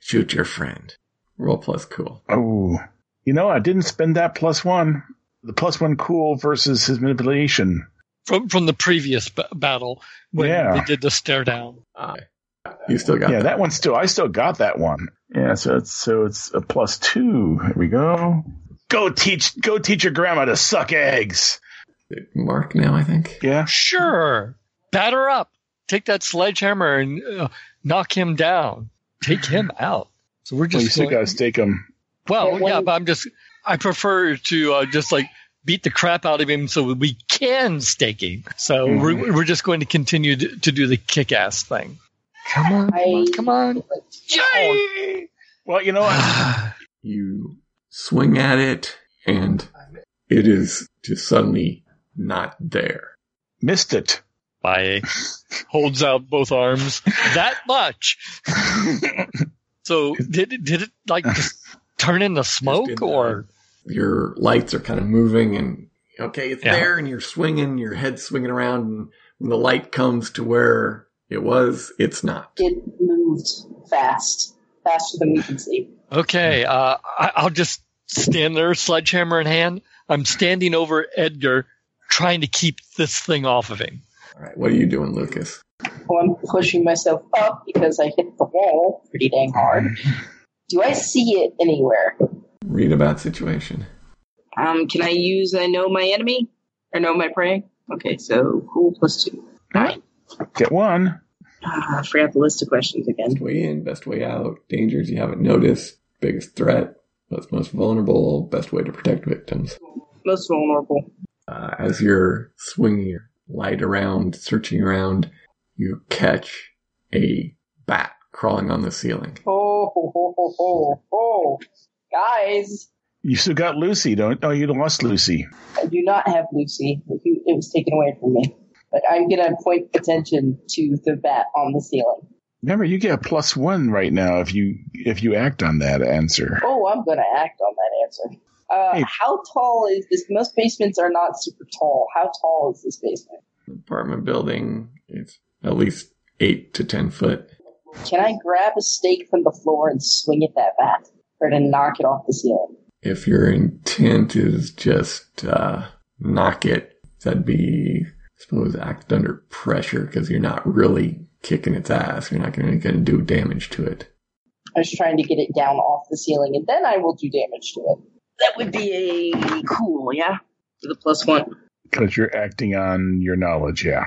[SPEAKER 2] "Shoot your friend." Roll plus cool.
[SPEAKER 4] Oh, you know I didn't spend that plus one. The plus one cool versus his manipulation.
[SPEAKER 1] From from the previous b- battle when
[SPEAKER 4] Yeah.
[SPEAKER 1] they did the stare down.
[SPEAKER 2] Uh, you still got
[SPEAKER 4] yeah,
[SPEAKER 2] that.
[SPEAKER 4] that one's still I still got that one. Yeah, so it's so it's a plus two. Here we go. Go teach go teach your grandma to suck eggs.
[SPEAKER 2] Mark now, I think.
[SPEAKER 4] Yeah.
[SPEAKER 1] Sure, batter up. Take that sledgehammer and uh, knock him down. Take him out. So we're
[SPEAKER 4] Well, you
[SPEAKER 1] just
[SPEAKER 4] still
[SPEAKER 1] going-
[SPEAKER 4] gotta stake them.
[SPEAKER 1] well,
[SPEAKER 3] Yeah, one-
[SPEAKER 1] yeah, but I'm just I prefer to uh, just like beat the crap out of him so that we can stake him. So
[SPEAKER 4] Mhm.
[SPEAKER 1] we're, we're just going to continue to, to do the kick ass thing. Come on, come on,
[SPEAKER 3] I-
[SPEAKER 1] come on.
[SPEAKER 4] Well,
[SPEAKER 1] Oh,
[SPEAKER 4] you
[SPEAKER 1] [SIGHS]
[SPEAKER 4] know what?
[SPEAKER 2] You swing at it, and it is just suddenly not there.
[SPEAKER 4] Missed it.
[SPEAKER 1] Bye. [LAUGHS] Holds out both arms that much. So did it, did it like [LAUGHS] just turn into
[SPEAKER 2] did
[SPEAKER 1] smoke
[SPEAKER 2] that.
[SPEAKER 1] or
[SPEAKER 2] Your lights are kind of moving, and okay, it's
[SPEAKER 1] Yeah.
[SPEAKER 2] there, and you're swinging, your head swinging around, and when the light comes to where it was, it's not.
[SPEAKER 3] It moved fast, faster than we can see.
[SPEAKER 1] okay? Uh, I, I'll just stand there, sledgehammer in hand. I'm standing over Edgar, trying to keep this thing off of him.
[SPEAKER 2] All right, what are you doing, Lucas?
[SPEAKER 3] Well, Oh, I'm pushing myself up because I hit the wall pretty dang hard. Do I see it anywhere?
[SPEAKER 2] Read about situation.
[SPEAKER 5] Um, can I use I know my enemy? Or know my prey? Okay, so cool plus two. Nine.
[SPEAKER 4] Get one.
[SPEAKER 5] Ah, I forgot the list of questions again.
[SPEAKER 2] Best way in, best way out, dangers you haven't noticed, biggest threat, what's most vulnerable, best way to protect victims.
[SPEAKER 5] Most vulnerable.
[SPEAKER 2] Uh, as you're swinging your light around, searching around, you catch a bat crawling on the ceiling.
[SPEAKER 3] Oh, ho, ho, ho, ho, ho. Guys,
[SPEAKER 4] You still got Lucy, don't? Oh, you lost Lucy.
[SPEAKER 3] I do not have Lucy. It was taken away from me. But I'm going to point attention to the bat on the ceiling.
[SPEAKER 4] Remember, you get a plus one right now if you if you act on that answer.
[SPEAKER 3] Oh, I'm going to act on that answer. Uh,
[SPEAKER 4] Hey.
[SPEAKER 3] How tall is this? Most basements are not super tall. How tall is this basement?
[SPEAKER 2] Apartment building, it's at least eight to ten foot.
[SPEAKER 3] Can I grab a stake from the floor and swing at that bat? Or to knock it off the ceiling?
[SPEAKER 2] If your intent is just uh, knock it, that'd be, I suppose, act under pressure because you're not really kicking its ass. You're not going to do damage to it.
[SPEAKER 3] I was trying to get it down off the ceiling, and then I will do damage to it.
[SPEAKER 5] That would be a cool, yeah? With a plus one.
[SPEAKER 4] Because you're acting on your knowledge, yeah.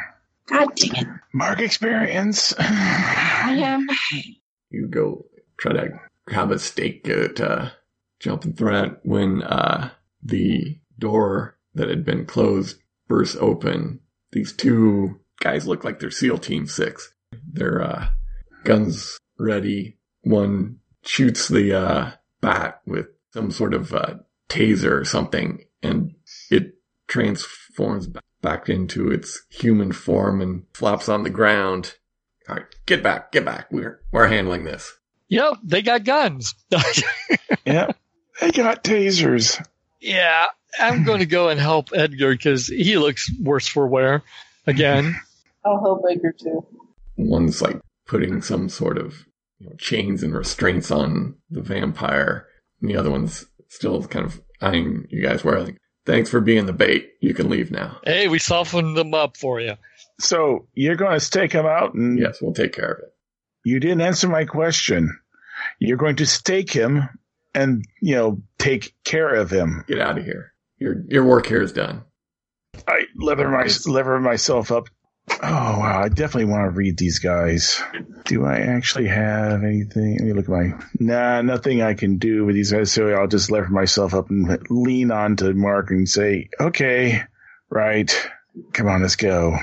[SPEAKER 5] God dang it.
[SPEAKER 4] Mark experience. [SIGHS]
[SPEAKER 5] I am.
[SPEAKER 2] You go try to grab a stake at uh, jumping threat when uh, the door that had been closed bursts open. These two guys look like they're SEAL Team Six. Their uh, guns ready. One shoots the uh, bat with some sort of uh, taser or something, and it transforms ba- back into its human form and flops on the ground. All right, get back, get back. We're we're handling this.
[SPEAKER 1] Yep, they got guns. [LAUGHS]
[SPEAKER 4] yeah. They got tasers.
[SPEAKER 1] Yeah, I'm going to go and help Edgar because he looks worse for wear again.
[SPEAKER 3] I'll help Edgar too.
[SPEAKER 2] One's like putting some sort of you know, chains and restraints on the vampire, and the other one's still kind of eyeing you guys. Where like, thanks for being the bait. You can leave now.
[SPEAKER 1] Hey, we softened them up for you.
[SPEAKER 4] So you're going to stake him out, and
[SPEAKER 2] Yes, we'll take care of it.
[SPEAKER 4] you didn't answer my question. You're going to stake him, and you know, take care of him.
[SPEAKER 2] Get out of here. Your your work here is done.
[SPEAKER 4] I lever my lever myself up. Oh wow! I definitely want to read these guys. Do I actually have anything? Let me look at my. Nah, nothing I can do with these guys. So I'll just lever myself up and lean on to Mark and say, "Okay, right, come on, let's go."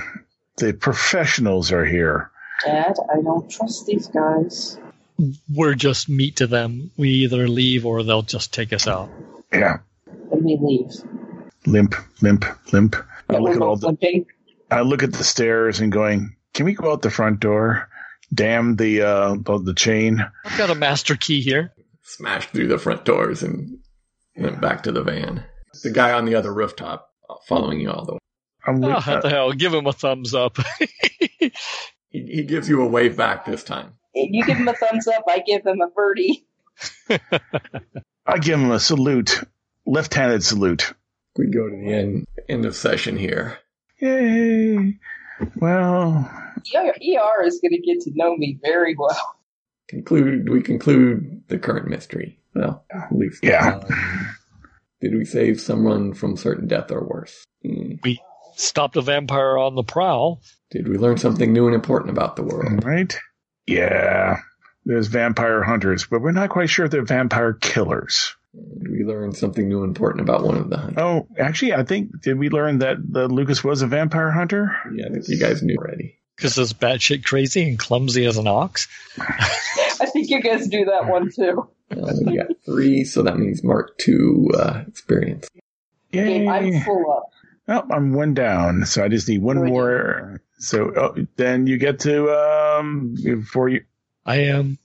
[SPEAKER 4] The professionals are here.
[SPEAKER 3] Dad, I don't trust these guys.
[SPEAKER 1] We're just meat to them. We either leave or they'll just take us out.
[SPEAKER 4] Yeah,
[SPEAKER 3] Then we leave.
[SPEAKER 4] limp, limp, limp. I
[SPEAKER 3] We're
[SPEAKER 4] look at all
[SPEAKER 3] both
[SPEAKER 4] the.
[SPEAKER 3] limping.
[SPEAKER 4] I look at the stairs and going, "Can we go out the front door?" Damn the uh, the the chain.
[SPEAKER 1] I've got a master key here.
[SPEAKER 2] smashed through the front doors and went back to the van. The guy on the other rooftop uh, following you all the way.
[SPEAKER 4] I'm
[SPEAKER 1] Oh,
[SPEAKER 4] looking.
[SPEAKER 1] what the hell? Give him a thumbs up. [LAUGHS]
[SPEAKER 2] He, he gives you a wave back this time.
[SPEAKER 3] You give him a thumbs up, I give him a birdie.
[SPEAKER 4] I give him a salute, left-handed salute.
[SPEAKER 2] We go to the end end of session here.
[SPEAKER 4] Yay! Well,
[SPEAKER 3] ER, ER is going to get to know me very well. [LAUGHS]
[SPEAKER 2] Conclude. We conclude the current mystery. Well, at least
[SPEAKER 4] Yeah.
[SPEAKER 2] Um, did we save someone from certain death or worse? Hmm.
[SPEAKER 1] Stopped a vampire on the prowl.
[SPEAKER 2] Did we learn something new and important about the world?
[SPEAKER 4] right? Yeah. There's vampire hunters, but we're not quite sure if they're vampire killers.
[SPEAKER 2] Did we learn something new and important about one of the hunters?
[SPEAKER 4] Oh, actually, I think did we learn that the Lucas was a vampire hunter?
[SPEAKER 2] Yeah, I think you guys knew already.
[SPEAKER 1] Because it's batshit crazy and clumsy as an ox.
[SPEAKER 3] I think you guys do that one too.
[SPEAKER 2] Uh, we got three, so that means Mark two uh, experience.
[SPEAKER 4] Yay!
[SPEAKER 3] Game, I'm full up.
[SPEAKER 4] Oh, I'm one down, so I just need one
[SPEAKER 3] Right.
[SPEAKER 4] more. So oh, then you get to um before you.
[SPEAKER 1] I am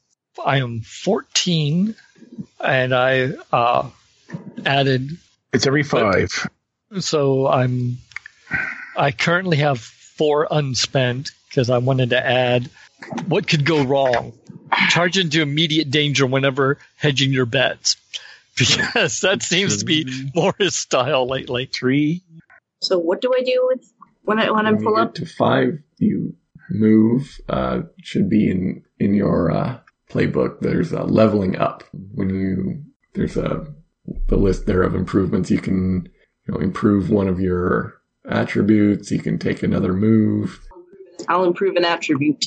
[SPEAKER 1] I am 14 and I uh, added
[SPEAKER 4] It's every five.
[SPEAKER 1] so I'm I currently have 4 unspent because I wanted to add what could go wrong. Charge into immediate danger whenever hedging your bets. [LAUGHS] Because that seems to be more his style lately.
[SPEAKER 4] Three.
[SPEAKER 5] So what do I do with when I when I'm
[SPEAKER 2] When
[SPEAKER 5] full
[SPEAKER 2] you get
[SPEAKER 5] up?
[SPEAKER 2] to five, you move. Uh, should be in in your uh, playbook. There's a leveling up. When you there's a the list there of improvements you can you know improve one of your attributes. You can take another move.
[SPEAKER 5] I'll improve an attribute.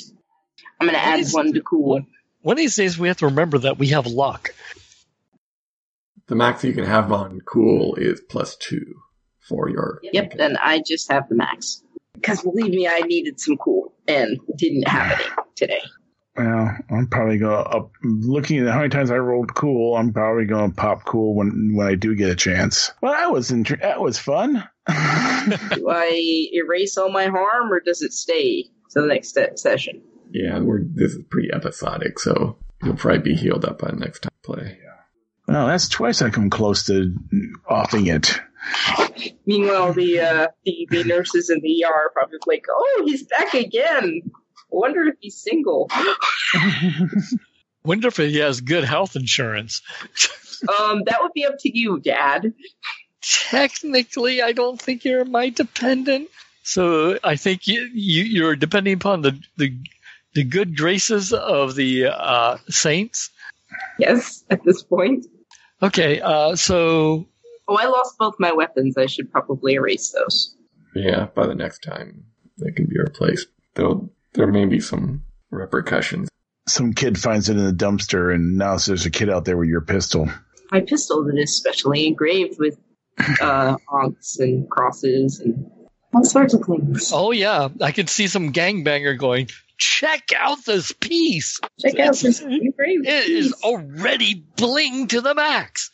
[SPEAKER 5] I'm gonna add
[SPEAKER 1] is-
[SPEAKER 5] one to cool.
[SPEAKER 1] what- One of these days we have to remember that we have luck.
[SPEAKER 2] The max you can have on cool is plus two for your.
[SPEAKER 5] Yep, then I just have the max. Because believe me, I needed some cool and didn't have any today.
[SPEAKER 4] Well, I'm probably going to up. Looking at how many times I rolled cool, I'm probably going to pop cool when when I do get a chance. Well, that was inter- that was fun. [LAUGHS]
[SPEAKER 5] Do I erase all my harm or does it stay to the next se- session?
[SPEAKER 2] Yeah, we're this is pretty episodic, so you'll probably be healed up by next time play.
[SPEAKER 4] well, that's twice I come close to offing it.
[SPEAKER 5] Meanwhile, the, uh, the the nurses in the ER are probably like, "Oh, he's back again. Wonder if he's single."
[SPEAKER 1] Wonder if he has good health insurance.
[SPEAKER 5] Um, that would be up to you, Dad.
[SPEAKER 1] technically i don't think you're my dependent so i think you, you you're depending upon the the the good graces of the uh saints
[SPEAKER 5] Yes, at this point.
[SPEAKER 1] okay uh so
[SPEAKER 5] Oh, I lost both my weapons. I should probably erase those.
[SPEAKER 2] Yeah, by the next time they can be replaced. Though there may be some repercussions.
[SPEAKER 4] Some kid finds it in the dumpster, and now there's a kid out there with your pistol.
[SPEAKER 5] My pistol that is specially engraved with uh, onks and crosses and all sorts of things.
[SPEAKER 1] oh yeah i could see some gangbanger going check out this piece
[SPEAKER 5] Check out
[SPEAKER 1] it's-
[SPEAKER 5] this engraved.
[SPEAKER 1] it is
[SPEAKER 5] piece.
[SPEAKER 1] already bling to the max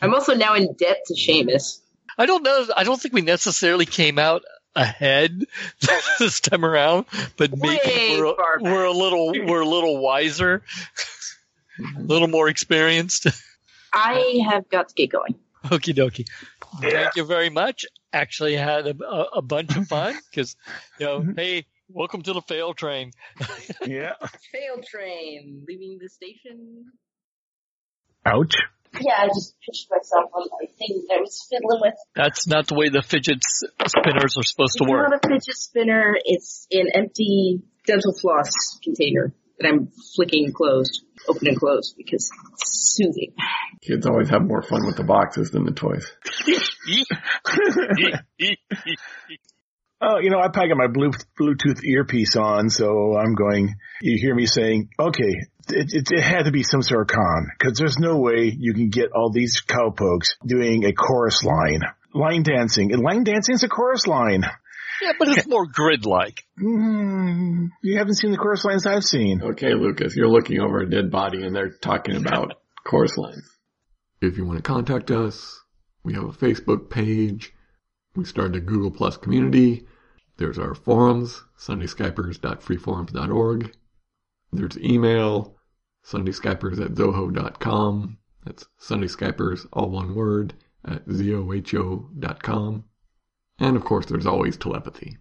[SPEAKER 5] I'm also now in debt to Seamus.
[SPEAKER 1] i don't know i don't think we necessarily came out ahead [LAUGHS] this time around but maybe
[SPEAKER 5] Way
[SPEAKER 1] we're,
[SPEAKER 5] far back.
[SPEAKER 1] we're a little we're a little wiser a little more experienced. [LAUGHS]
[SPEAKER 5] I have got to get going.
[SPEAKER 1] Okie dokie.
[SPEAKER 4] Yeah.
[SPEAKER 1] Thank you very much. Actually, had a, a, a bunch of fun because, you
[SPEAKER 5] Mm-hmm.
[SPEAKER 1] know, hey, welcome to the fail train.
[SPEAKER 4] Yeah.
[SPEAKER 5] Fail train leaving the station.
[SPEAKER 4] Ouch.
[SPEAKER 3] Yeah, I just pitched myself on my thing that I was fiddling with.
[SPEAKER 1] That's not the way the fidget s- spinners are supposed to
[SPEAKER 5] It's [LAUGHS]
[SPEAKER 1] work.
[SPEAKER 5] not a fidget spinner. It's an empty dental floss container that I'm flicking closed, open and closed because it's soothing.
[SPEAKER 2] Kids always have more fun with the boxes than the toys.
[SPEAKER 4] Oh, you know, I probably got my blue, Bluetooth earpiece on, so I'm going. You hear me saying, "Okay, it, it, it had to be some sort of con, because there's no way you can get all these cowpokes doing a chorus line, line dancing, and line dancing is a chorus line.
[SPEAKER 1] yeah, but it's more grid like.
[SPEAKER 4] Mm, you haven't seen the chorus lines I've seen.
[SPEAKER 2] Okay, Lucas, you're looking over a dead body and they're talking [LAUGHS] about chorus lines. If you want to contact us, we have a Facebook page. We started a Google Plus community. There's our forums, sundayskypers.freeforums.org. There's email, sundayskypers at zoho.com. That's sundayskypers, all one word, at zoho.com. And of course, there's always telepathy.